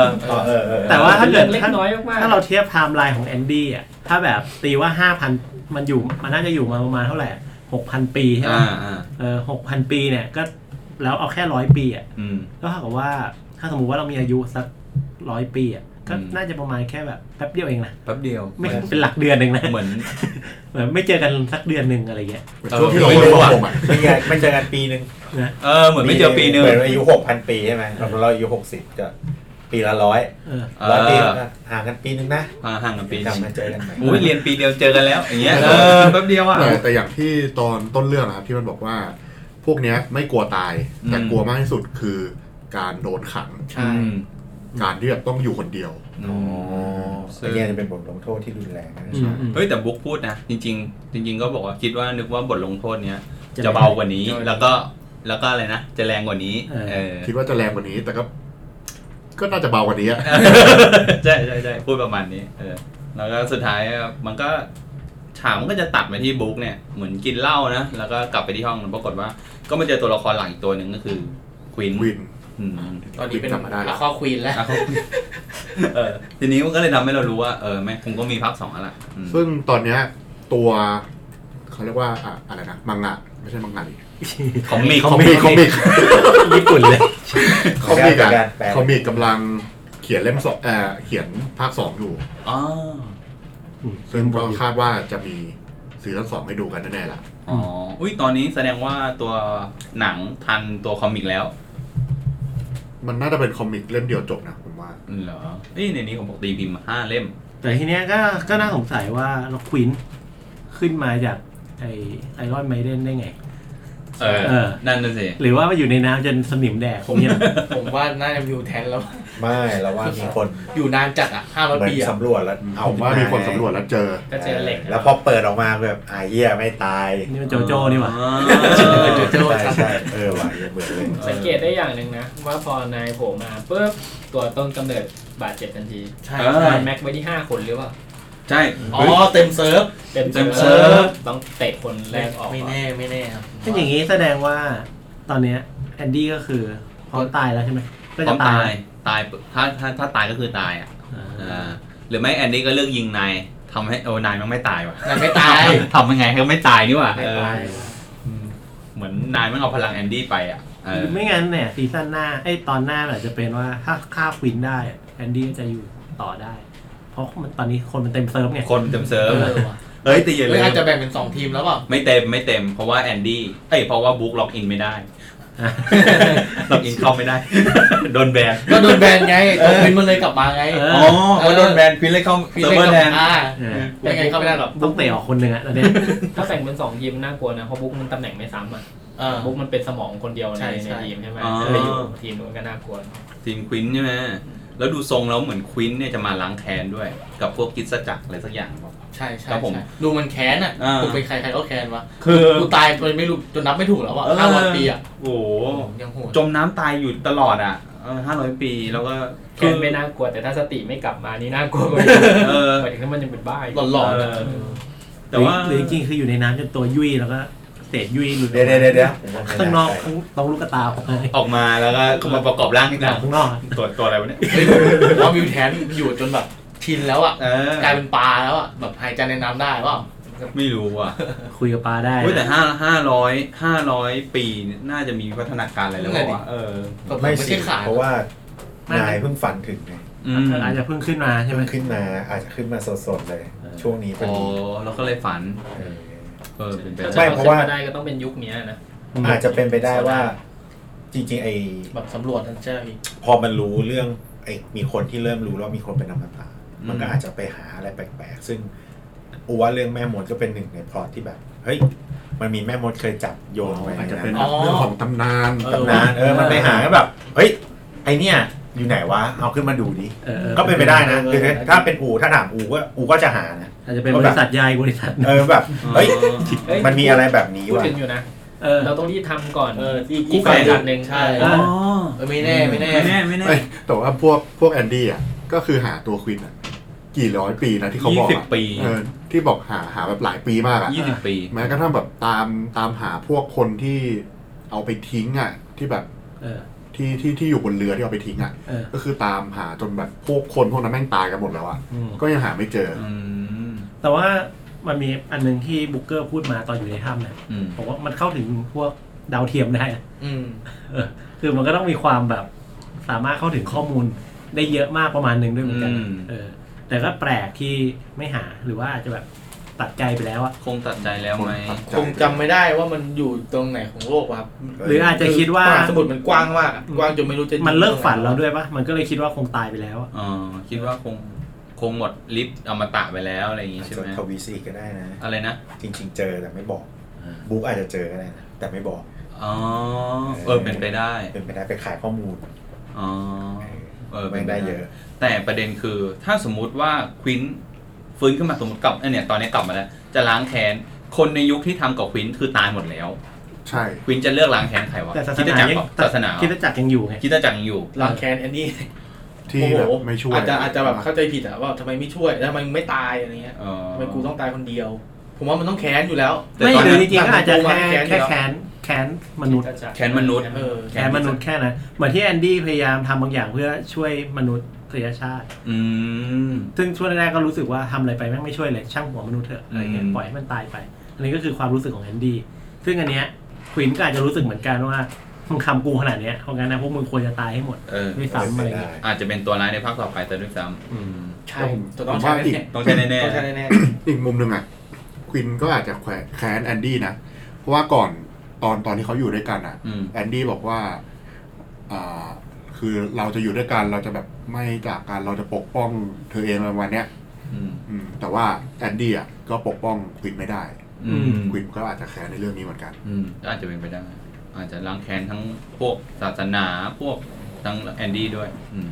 Speaker 2: อ
Speaker 5: อ๋อเออเออ
Speaker 1: แต่ว่าถ้าเกิด
Speaker 3: เล็ก
Speaker 1: ถ้า
Speaker 3: น้อยมากๆ
Speaker 1: ถ้าเราเทียบไทม์ไลน์ของแอนดี้อ่ะ ถ้าแบบตีว่า 5,000 มันอยู่มันน่าจะอยู่มาประมาณเท่าไหร่ 6,000 ปีใช่ไหม
Speaker 2: อ่าอ่า
Speaker 1: เออ6,000 ปีเนี่ยก็แล้วเอาแค่ร้อยปีอ่ะ
Speaker 2: อืม
Speaker 1: ก็เท่ากับว่า ถ้าสมมุติว่าเรามีอายุสักร้อยปีอ่ะ ก็
Speaker 2: อืม
Speaker 1: น่าจะประมาณแค่แบบแป๊บเดียวเองนะ
Speaker 2: แป๊บเดียว
Speaker 1: ไม่เป็นหลักเดือนเองนะ
Speaker 2: เหมือน
Speaker 1: เหมือนไม่เจอกันสักเดือนหนึ่งอะไรเงี้ย
Speaker 2: เออ
Speaker 4: ช่วงที่เราไม่รู้อ่ะ
Speaker 5: ไม่เจอไม่เจอกันปีหนึ่ง
Speaker 1: นะ
Speaker 2: เออเหมือนไม่เจอปีหนึ่ง
Speaker 5: เหมือนอายุหกพันปีใช่ไหมเราเราอายุหกสิบก็ปีละร้อย
Speaker 1: เออ
Speaker 2: เอ
Speaker 5: ร้อยปี
Speaker 2: อ
Speaker 5: ก็ห่างกันปีหนึ่งนะ
Speaker 2: ห่างกันปีห
Speaker 5: กลับ
Speaker 2: นึ่ง
Speaker 5: มาเจอกันใหม่
Speaker 2: อุ้ยเรียนปีเดียวเจอกันแล้วอย่างเงี้ยเออแป๊บเดียวอ่ะ
Speaker 4: แต่แต่อย่างที่ตอนต้นเรื่องนะครับที่มันบอกว่า พวกเนี้ยไม่กลัวตาย แต่
Speaker 2: อืม
Speaker 4: กลัวมากที่สุดคือการโดนขัง
Speaker 6: ใช่
Speaker 2: อืม
Speaker 4: การที่แบบต้องอยู่คนเดียว
Speaker 2: อ๋อ
Speaker 5: อันนี้จะเป็นบทลงโทษที่รุนแรงนะ
Speaker 1: อืมอืม
Speaker 2: เฮ้ยแต่บุ๊กพูดนะจริง ๆ จริง ๆ ก็บอกว่าคิดว่านึกว่าบทลงโทษเนี้ยจะเบากว่านี้แล้วก็แล้วก็อะไรนะจะแรงกว่านี้
Speaker 1: เออ
Speaker 2: เออ
Speaker 4: คิดว่าจะแรงกว่านี้ แต่ก็ ก็น่าจะเบากว่านี้อะ
Speaker 2: ใช่ใช่ใช่ พูดประมาณนี้เออแล้วก็สุดท้ายมันก็ฉากมันก็จะตัดไปที่บุ๊กเนี่ยเหมือนกินเหล้านะแล้วก็กลับไปที่ห้องปรากฏว่า ก็มาเจอตัวละครหลักอีกตัวหนึ่งก็คือควิน
Speaker 4: วิน
Speaker 2: อืม
Speaker 6: ตอนนี้เป็น
Speaker 4: กลับมาได้แล้ว
Speaker 6: ละครควีนแล้ว
Speaker 2: แล้วเขาเออทีนี้มันก็เลยทำให้เรารู้ว่าเออแม่งคงก็มีภาคสองแล้วล่ะอืม
Speaker 4: ซึ่งตอนเนี้ยตัวเขาเรียกว่าอะอะไรนะมังงะไม่ใช่มังงะดิ
Speaker 2: ของมิก
Speaker 4: คอมิกคอมิก
Speaker 1: ญี่ปุ่น เลย
Speaker 4: คอ มิกอะ
Speaker 5: แปลแปล
Speaker 4: คอมิกกำลังเขียนเล่มสองเอ่อเขียนภาคสองอยู่
Speaker 2: อ๋อ
Speaker 4: ซึ่งก็คาดว่าจะมีซีซั่นสองให้ดูกันแน่ๆล่ะ
Speaker 2: อ๋ออุ้ยตอนนี้แสดงว่าตัวหนังทันตัวคอมิกแล้ว
Speaker 4: มันน่าจะเป็นคอมิกเล่มเดียวจบนะผมว่า
Speaker 2: เหรอเอ้ยในนี้ของปกติพิมพ์ห้าเล่ม
Speaker 1: แต่ทีเนี้ยก็ก็น่าสงสัยว่าเราควินขึ้นมาจากไอไอรอนไมเดนได้ไง
Speaker 2: เออ
Speaker 1: เออ
Speaker 2: นั่นน่ะสิ
Speaker 1: หรือว่าอยู่ในน้ำจนสนิม แดกเนี่ย
Speaker 6: ผมว่าน่าจะอยู่แทนแล้ว
Speaker 5: ไม่แล้วว่ามีคน
Speaker 6: อยู่นานจัดอ่ะห้าร้อย
Speaker 5: เหมือน
Speaker 6: ปีอ่ะ
Speaker 5: สำรวจแล้วเอา
Speaker 4: ผมว่ามีคนสำรวจแล้วเจอ
Speaker 3: ก็เจอเหล็กนะ
Speaker 5: แล้วพอเปิดออกมาแบบอ่าเหี้ยไม่ตาย
Speaker 1: นี่มันโจโจ้นี่หว่า
Speaker 2: อ๋อ
Speaker 6: เจอเจอ
Speaker 5: ใช่
Speaker 6: ชัด
Speaker 5: ใช่เออว่ะเหี้ยเบื่อเลย
Speaker 3: สังเกตได้อย่างหนึ่งนะ ว่าพอนายโผล่มาปุ๊บตัวต้นกำเนิดบาดเจ็บทันที
Speaker 1: ใช่
Speaker 2: เออ
Speaker 3: นายแม็กไว้ที่ 5 คนหรือเปล่า
Speaker 2: ใช่
Speaker 6: อ๋อเต็มเซิร์ฟ
Speaker 3: เต็ม
Speaker 2: เต็มเซิ
Speaker 3: เซิ
Speaker 2: ร์ฟ
Speaker 3: ร์ฟต้องเตะคนแรกออก
Speaker 6: ไม่แน่ไม่แน่ครับ
Speaker 1: ถ้าอย่างนี้แสดงว่าตอนเนี้ยแอนดี้ก็คือพร้อมตายแล้วใช่ไหมก็
Speaker 2: พร้
Speaker 1: จะ
Speaker 2: อมตา
Speaker 1: ตาย ย
Speaker 2: ตายปุ๊บถ้าถ้าถ้าตายก็คือตายอ่ะ
Speaker 1: อ่า
Speaker 2: อ่าหรือไม่แอนดี้ก็เลือกยิงนายทำให้โอ้นายมันไม่ตายว่ะ
Speaker 6: นายไม่ตาย
Speaker 2: ทำยังไงก็ไม่ตายนี่ว่ะ
Speaker 3: ไม่
Speaker 2: เออ
Speaker 3: ตาย
Speaker 2: เหมือนนายมันเอาพลังแอนดี้ไปอ่ะเออ
Speaker 1: ไม่งั้นเนี่ยซีซั่นหน้าไอ้ตอนหน้าอาจจะเป็นว่าถ้าฆ่าควินได้แอนดี้ก็จะอยู่ต่อได้ เพราะมันตอนนี้คนมันเต็มเซิร์ฟไง
Speaker 2: คนเต็มเซิ
Speaker 6: เอ
Speaker 2: ร์ฟ
Speaker 6: อว่ะ
Speaker 2: เอ้ยแต่อย่า
Speaker 6: หรื
Speaker 2: ลื
Speaker 6: อ
Speaker 2: ม
Speaker 6: อาจจะแบ่งเป็นสองทีมแล้วเปล่า
Speaker 2: ไม่เต็มไม่เต็ม เพราะว่าแอนดี้เอ้ยเพราะว่าบุ๊กล็อกอินไม่ ได้
Speaker 1: อ่ะ
Speaker 2: ล็อกอินเข้าไม่ได้ โดนแบน
Speaker 6: ก็โดนแบนไงตัววินมันเลยกลับมาไง
Speaker 1: เอ
Speaker 2: อ๋อเขาโดนแบนควินเลยเข้า
Speaker 6: พี่
Speaker 2: เซิร์ฟ
Speaker 6: เล่น
Speaker 2: เวอร์แท
Speaker 6: กับ
Speaker 2: น
Speaker 6: อ่า
Speaker 1: เออ
Speaker 6: ยังไงเข้าไม่ได้หรอก
Speaker 1: ต้องเตะออกคนหนึ่งอะตอนเนี้ย
Speaker 3: ถ้าแบ่งเป็น 2 ทีมน่ากลัวนะ เพราะบุ๊กมันตำแหน่งไม่ซ้ำอ่ะ
Speaker 6: เออ
Speaker 3: บุ๊กมันเป็นสมองคนเดียวใน
Speaker 6: ใช่
Speaker 3: ใน
Speaker 6: ใช่
Speaker 3: ทีมใช่ไหม
Speaker 2: อ๋อ
Speaker 3: ถ้าไปอยู่ทีมนู้นก็น่ากลัว
Speaker 2: ทีมควินใช่ไหม แล้วดูทรงแล้วเหมือนควินเนี่ยจะมาล้างแค้นด้วย กับพวกกิจสจักรอะไรสักอย่างบอก
Speaker 6: ใช่ใช่
Speaker 2: ครับผม
Speaker 6: ใช่ดูมันแค้นอ่ะ
Speaker 2: อ่า
Speaker 6: กูเป็นใครใครก็แค้นวะ
Speaker 2: คือ
Speaker 6: กูตายไปไม่รู้จนนับไม่ถูกแล้วอ่ะ
Speaker 2: เออ
Speaker 6: ห้าร้อยปีอ่ะ
Speaker 2: โอ้โห
Speaker 6: ยังโหด
Speaker 2: จมน้ำตายอยู่ตลอดอ่ะห้าร้อยปีแล้วก็
Speaker 3: แค่ไม่น่ากลัวแต่ถ้าสติไม่กลับมานี่น่ากลัวกว่าอีก
Speaker 2: เออ
Speaker 3: หมายถึงถ้ามันยังเป็นบ้าอยู่
Speaker 6: หลอนๆ
Speaker 2: เอ
Speaker 6: อะ
Speaker 2: อ แต่ว่า
Speaker 1: หรือจริงๆคืออยู่ในน้ำจนตัวยุ่ยแล้วก็เศษยุ่ยหลุด
Speaker 5: เดี๋ยวเดี๋ยวเดี๋ยวผมว่าไม่
Speaker 1: ข้างนอก
Speaker 5: ใช่
Speaker 1: ข้างต้องลูกกระตาออกมา
Speaker 2: ออกมาแล้วก็มาประกอบร่างที่หนัง
Speaker 1: ข้างนอก
Speaker 2: ตัวตัวอะไรวะเนี่ย
Speaker 6: เฮ้ยผมว่าวิวแทนอยู่จนแบบชินแล้วอ่ะ
Speaker 2: เออ
Speaker 6: กลายเป็นปลาแล้วอ่ะแบบหายใจในน้ำได้เปล่า
Speaker 2: ไม่รู้อ่ะ
Speaker 1: คุยกับปลาได้
Speaker 2: เฮ้ยแต่ห้าห้าร้อยห้าร้อยปีเนี่ยน่าจะมีวิวัฒนาการอะไรแล้ววะเออ
Speaker 6: แบบ
Speaker 5: ไม่
Speaker 6: ไม่
Speaker 5: สิ
Speaker 6: ใช่ขาด
Speaker 5: เพราะว่านายเพิ่งฝันถึงไง
Speaker 2: อืม
Speaker 1: อาจจะเพิ่งขึ้นมาใช่
Speaker 5: เพิ่
Speaker 1: ไหม
Speaker 5: งขึ้นมาอาจจะขึ้นมาสดๆเลย ช่วงนี้พอ
Speaker 2: โอ้
Speaker 5: ดี
Speaker 2: แล้วก็เลยฝัน
Speaker 5: เออ
Speaker 2: เออเป็นไป
Speaker 3: ถ้า
Speaker 2: ได้
Speaker 3: จะ
Speaker 5: ไม่
Speaker 3: เพ
Speaker 5: เพ
Speaker 3: ราะ
Speaker 5: ราะ
Speaker 3: ว่า
Speaker 5: ว่า
Speaker 3: ได้ก็ต้องเป็นยุคเนี้ยนะ
Speaker 5: อาจจะเป็นไปได้ว่าจริงๆไอ้
Speaker 6: แบบสำรวจนั่นใช่ไหมพี่
Speaker 5: พอมันรู้เรื่องไอ้มีคนที่เริ่มรู้แล้วมีคนเป็นอมตะมันก็อาจจะไปหาอะไรแปลกๆ ซึ่งอูว่าเรื่องแม่มดก็เป็นหนึ่งในพล็อตที่แบบ เฮ้ย มันมีแม่มดเคยจับโยนไป
Speaker 4: อาจจะ
Speaker 5: นะ
Speaker 4: เป็นแบบเรื่องของตำนาน
Speaker 5: เออตำนานเออมันไปหาแบบ เฮ้ย ไอเนี่ย อยู่ไหนวะ เอาขึ้นมาดูดิ
Speaker 1: เออเออ
Speaker 5: ก็เป็นไปได้นะคือถ้าเป็นอูถ้าถามอูก็อูก็จะหานะ
Speaker 1: อาจจะเป็นบริษัทใหญ่บริษัท
Speaker 5: เออแบบเฮ้ย
Speaker 3: เฮ้ย
Speaker 5: มันมีอะไรแบบนี้
Speaker 3: พูด
Speaker 5: ว่ะ
Speaker 3: ถึงอยู่นะ
Speaker 1: เออ
Speaker 3: เราต้องรีบทำก่อน
Speaker 6: เออที่
Speaker 3: อีกฝ่ายจุดหนึ่ง
Speaker 6: ใช่
Speaker 1: เออ
Speaker 6: เออไม่แน่ไม่แน่
Speaker 2: ไม่แน่ไม่แน่
Speaker 4: เอ้ยแต่ว่าพวกพวกแอนดี้อ่ะก็คือหาตัวควินอ่ะกี่ร้อยปีนะที่เขาบอกอะ
Speaker 2: 20ปี
Speaker 4: เออที่บอกหาหาแบบหลายปีมากอ่ะ
Speaker 2: ยี่สิบปี
Speaker 4: แม้กระทั่งแบบตามตามหาพวกคนที่เอาไปทิ้งอ่ะที่แบบ
Speaker 1: เออ
Speaker 4: ที่ที่ที่อยู่บนเรือที่เอาไปทิ้งอ่ะ
Speaker 1: เออ
Speaker 4: ก็คือตามหาจนแบบพวกคนพวกนั้นแม่งตายกันหมดแล้วอ่ะ
Speaker 1: อืม
Speaker 4: ก็ยังหาไม่เจอ
Speaker 2: อืม
Speaker 1: แต่ว่ามันมีอันหนึ่งที่บุ๊กเกอร์พูดมาตอนอยู่ในถ้ำเนี่ย
Speaker 2: อืม
Speaker 1: ผมว่ามันเข้าถึงพวกดาวเทียมได้นะ
Speaker 6: อืม
Speaker 1: เออ คือมันก็ต้องมีความแบบ สามารถเข้าถึงข้อมูลได้เยอะมากประมาณหนึ่งด้วยเหมือนกัน
Speaker 2: อืม
Speaker 1: เออ แต่ก็แปลกที่ไม่หาหรือว่าอาจจะแบบตัดใจไปแล้วอะ
Speaker 2: คงตัดใจแล้วไหม
Speaker 4: คนตัดใจ
Speaker 6: คงจำไม่ได้ว่ามันอยู่ตรงไหนของโลกวะครับ
Speaker 1: หรืออาจจะคิดว่า
Speaker 6: มหสมุทรมันกว้างมากอะกว้างจนไม่รู้จะอยู่
Speaker 1: มันเลิกฝัน
Speaker 6: ตรงไห
Speaker 1: เราด้วยปะมันก็เลยคิดว่าคงตายไปแล้วอะ
Speaker 2: เออคิดว่าคงคงหมดฤทธิ์อมตะไปแล้วอะไรอย่างงี้
Speaker 5: อาจ
Speaker 2: ใช่
Speaker 5: จะ
Speaker 2: ไหม
Speaker 5: ทวีซีก็ได้นะ
Speaker 2: อะไรนะ
Speaker 5: จริง ๆ เจอแต่ไม่บอก บุ๊กอาจจะเจอก็ได้นะ แต่ไม่บอก
Speaker 2: อ๋อ เออเป็นไปได้
Speaker 5: เป็นไปได้ไปขายข้อมูล
Speaker 2: อ๋อเออ
Speaker 5: แม่
Speaker 2: เป็น
Speaker 5: ง
Speaker 2: ป
Speaker 5: ได้เยอะ
Speaker 2: แต่ประเด็นคือถ้าสมมุติว่าควินฟื้นขึ้นมาสมมติกลับเอ้ยเนี่ยตอนนี้กลับมาแล้ว จะล้างแค้นคนในยุคที่ทำกับควินคือตายหมดแล้ว
Speaker 4: ใช่
Speaker 2: ควินจะเลือกล้างแค้นใครวะ
Speaker 1: แต่ศาส
Speaker 2: คิด
Speaker 1: นา
Speaker 2: จักร
Speaker 1: ยัง
Speaker 2: ก่อนศาสนา
Speaker 1: คิดจักรยังอยู่ไง
Speaker 2: คิดจักรยังอยู่
Speaker 6: ล้างแค้นแอนนี่
Speaker 4: ที่
Speaker 6: โอ้โห
Speaker 4: แบบไม่ช่วย
Speaker 6: อาจจะอาจจะแบบเข้าใจผิดอะว่าทำไมไม่ช่วยแล้วทำไมมึงไม่ตายอะไรเงี้ย
Speaker 2: อ๋อ
Speaker 6: ทำไมกูต้องตายคนเดียว ผมว่ามันต้องแค้นอยู่แล้ว
Speaker 2: แต่
Speaker 1: ไม่
Speaker 2: ตอน
Speaker 1: หรื
Speaker 2: นั้
Speaker 1: อน จริงๆก็อาจจะ
Speaker 6: หนั
Speaker 1: แค่
Speaker 6: งมันโกงมา
Speaker 1: แค่
Speaker 6: แค่แค้
Speaker 1: แค้น
Speaker 6: น
Speaker 1: แ ค้นมนุษย์
Speaker 2: แค้นมนุษย์
Speaker 6: เออ
Speaker 1: แค้นมนุษย์แค่นั้นเหมือนที่แอนดี้พยายามทำบางอย่างเพื่อช่วยมนุษยชาติ
Speaker 2: อืม
Speaker 1: ซึ่งช่วงแรกๆก็รู้สึกว่าทำอะไรไปแม่งไม่ช่วยเลยช่างหัวมนุษย์เถอะอะไรเงี้ย
Speaker 2: อืม
Speaker 1: ปล่อยให้มันตายไป อันนี้ก็คือความรู้สึกของแอนดี้ซึ่งอันเนี้ยควินก็อาจจะรู้สึกเหมือนกันว่ามึงทำกูขนาดเนี้ยเพราะงั้นนะพวกมึงควรจะตายให้หมด
Speaker 2: เออ
Speaker 1: ด้วยซ้ำอะไรเงี้ย
Speaker 2: อาจจะเป็นตัวร้ายในภาคต่อไปแต่ด้วยซ้ำอืม
Speaker 6: ใช่จะต้องใช้แน่
Speaker 2: ต้องใช่
Speaker 6: ๆ
Speaker 2: แน่
Speaker 6: ต้องใช้แน่
Speaker 4: อีกมุมหนึ่งอ่ะควินก็อาจจะแขวะแค้นแอนดี้นะ เพราะว่าก่อนตอนตอนที่เขาอยู่ด้วยกันอ่ะ
Speaker 2: ๆอืม
Speaker 4: แอนดี้บอกว่าอ่า คือเราจะอยู่ด้วยกันเราจะแบบไม่จากกันเราจะปกป้องเธอเองอะไรประมาณเนี้ย
Speaker 2: อืม
Speaker 4: อืม แต่ว่าแอนดี้อ่ะก็ปกป้องควินไม่ได้
Speaker 2: อืม
Speaker 4: ควินก็อาจจะแค้นในเรื่องนี้เหมือนกัน
Speaker 2: อืมก็อาจจะเป็นไปได้ อาจจะล้างแค้นทั้งพวกศาสนาพวกทั้งแอนดี้ด้วย อืม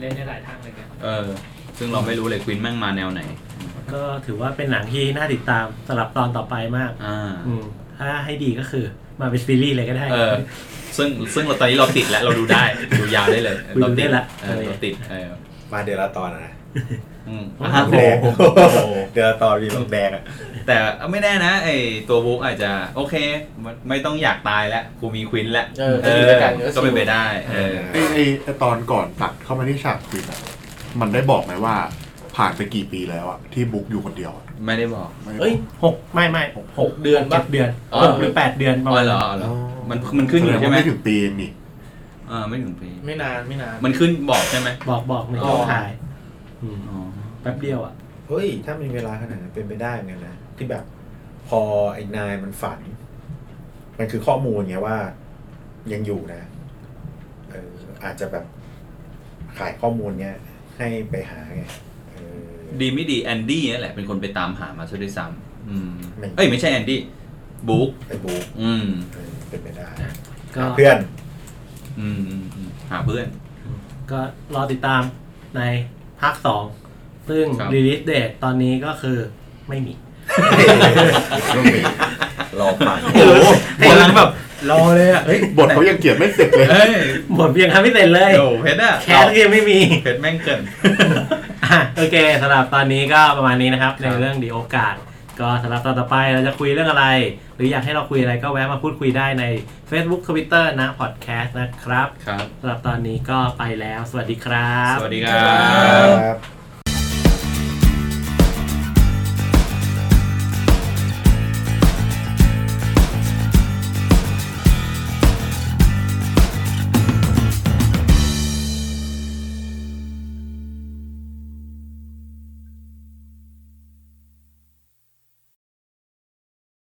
Speaker 3: เล่นได้หลายทางเลยเนี่ย
Speaker 2: เออ ซึ่งเราไม่รู้เลยควินแม่งมาแนวไหน
Speaker 1: ก็ถือว่าเป็นหนังที่น่าติดตามสำหรับตอนต่อไปมาก
Speaker 2: อ่า
Speaker 1: อืมถ้าให้ดีก็คือมาเป็นซีรีส์เลยก็ได้
Speaker 2: เออ ซึ่งซึ่งเราตอนนี้เราติดแล้วเราดูได้ ดูยาวได้เลย
Speaker 1: คุย
Speaker 2: เรา
Speaker 1: ดูได้
Speaker 2: ติด
Speaker 1: ละ
Speaker 2: เออเราติดเออ
Speaker 5: มาเดือนละตอนอะนะ
Speaker 2: อืม
Speaker 1: โอ้โห
Speaker 2: อ่ะโอ้
Speaker 5: แดง
Speaker 2: โห
Speaker 5: เดือนละตอนมีแบบแดงอะ
Speaker 2: แต่ไม่แน่นะไอตัวบุ๊กอาจจะโอเคมันไม่ต้องอยากตายแล้วกูมีควินแล้ว
Speaker 6: ๆเออจะอยู่ด้วยกันเยอะ
Speaker 2: ก็เป็นไปได้ เออ
Speaker 4: ไอ้ไอ้ไอ้ตอนก่อนตัดเข้ามาที่ฉากควินอ่ะ มันได้บอกไหมว่าผ่านไปกี่ปีแล้วอ่ะที่บุ๊กอยู่คนเดียวอะ
Speaker 2: ไม่ได้บอก
Speaker 4: ไม่ได้บ
Speaker 1: เอ้ย
Speaker 4: อก
Speaker 1: หกไม่ไม่
Speaker 6: หกเดือน
Speaker 1: เจ็
Speaker 6: ปะ
Speaker 1: ดเดือน
Speaker 2: อ๋อ
Speaker 1: หกหรือแปดเดือนป
Speaker 2: อ๋
Speaker 1: ระมา
Speaker 2: อ
Speaker 1: ณ
Speaker 2: เหรอเหรอมันมันขึ้นอยู่
Speaker 4: แสดง
Speaker 2: ใช่
Speaker 4: ว่า
Speaker 2: ไหม
Speaker 4: ไม่ถึงปีเองนี่
Speaker 2: เออไม่ถึงปี
Speaker 6: ไม่นานไม่นาน
Speaker 2: มันขึ้นบอกใช่ไหม
Speaker 1: บอกบอกในกองถ่ายอืม
Speaker 2: อ๋อ
Speaker 1: แป๊บเดียวอ่ะ
Speaker 5: เฮ้ย ถ้ามีเวลาขนาดนั้นเป็นไปได้เหมือนกันนะ ที่แบบพอไอ้นายมันฝัน มันคือข้อมูลไงว่า ยังอยู่นะเอออาจจะแบบขายข้อมูลเนี้ย ให้ไปหาไงเออ
Speaker 2: ดีไม่ดีแอนดี้นี่นแหละเป็นคนไปตามหามาซะด้วยซ้ำอืม
Speaker 5: ไม่
Speaker 2: เอ้ยไม่ใช่แอนดี้บุ๊ก
Speaker 5: ไปบู
Speaker 2: อืม
Speaker 5: เออเป็นไปได้
Speaker 1: ก็
Speaker 5: เพื่อน
Speaker 2: อืมอืมอืมหาเพื่อน
Speaker 1: ก็รอติดตามในภาคสองซึ่ง
Speaker 2: ครับ
Speaker 1: รีลิสเดตตอนนี้ก็คือไม่มี
Speaker 5: รอฟัง
Speaker 2: โอ้โหกำลังแบบรอเลยอ่ะเฮ้ย
Speaker 4: บทเขายังเกลียดไม่เสร็จเลย
Speaker 2: เฮ้ย
Speaker 1: หมดเพียงทำไม่เสร็จเลย
Speaker 2: โอ้เพชรอ่ะ
Speaker 1: แคสก็ยังไม่มี
Speaker 2: เพชรแม่งเกิน
Speaker 1: อ่ะโอเคสำหรับตอนนี้ก็ประมาณนี้นะครับ
Speaker 2: ครับ
Speaker 1: ในเรื่องดีโอกาส ก็สำหรับตอนต่อไปเราจะคุยเรื่องอะไร หรืออยากให้เราคุยอะไรก็แวะมาพูดคุยได้ใน Facebook Twitter นะพอดแคสต์นะครับ
Speaker 2: ครับ
Speaker 1: สำหรับตอนนี้ก็ไปแล้ว สวัสดีครับ
Speaker 2: สวัสดีครับ
Speaker 5: ครับ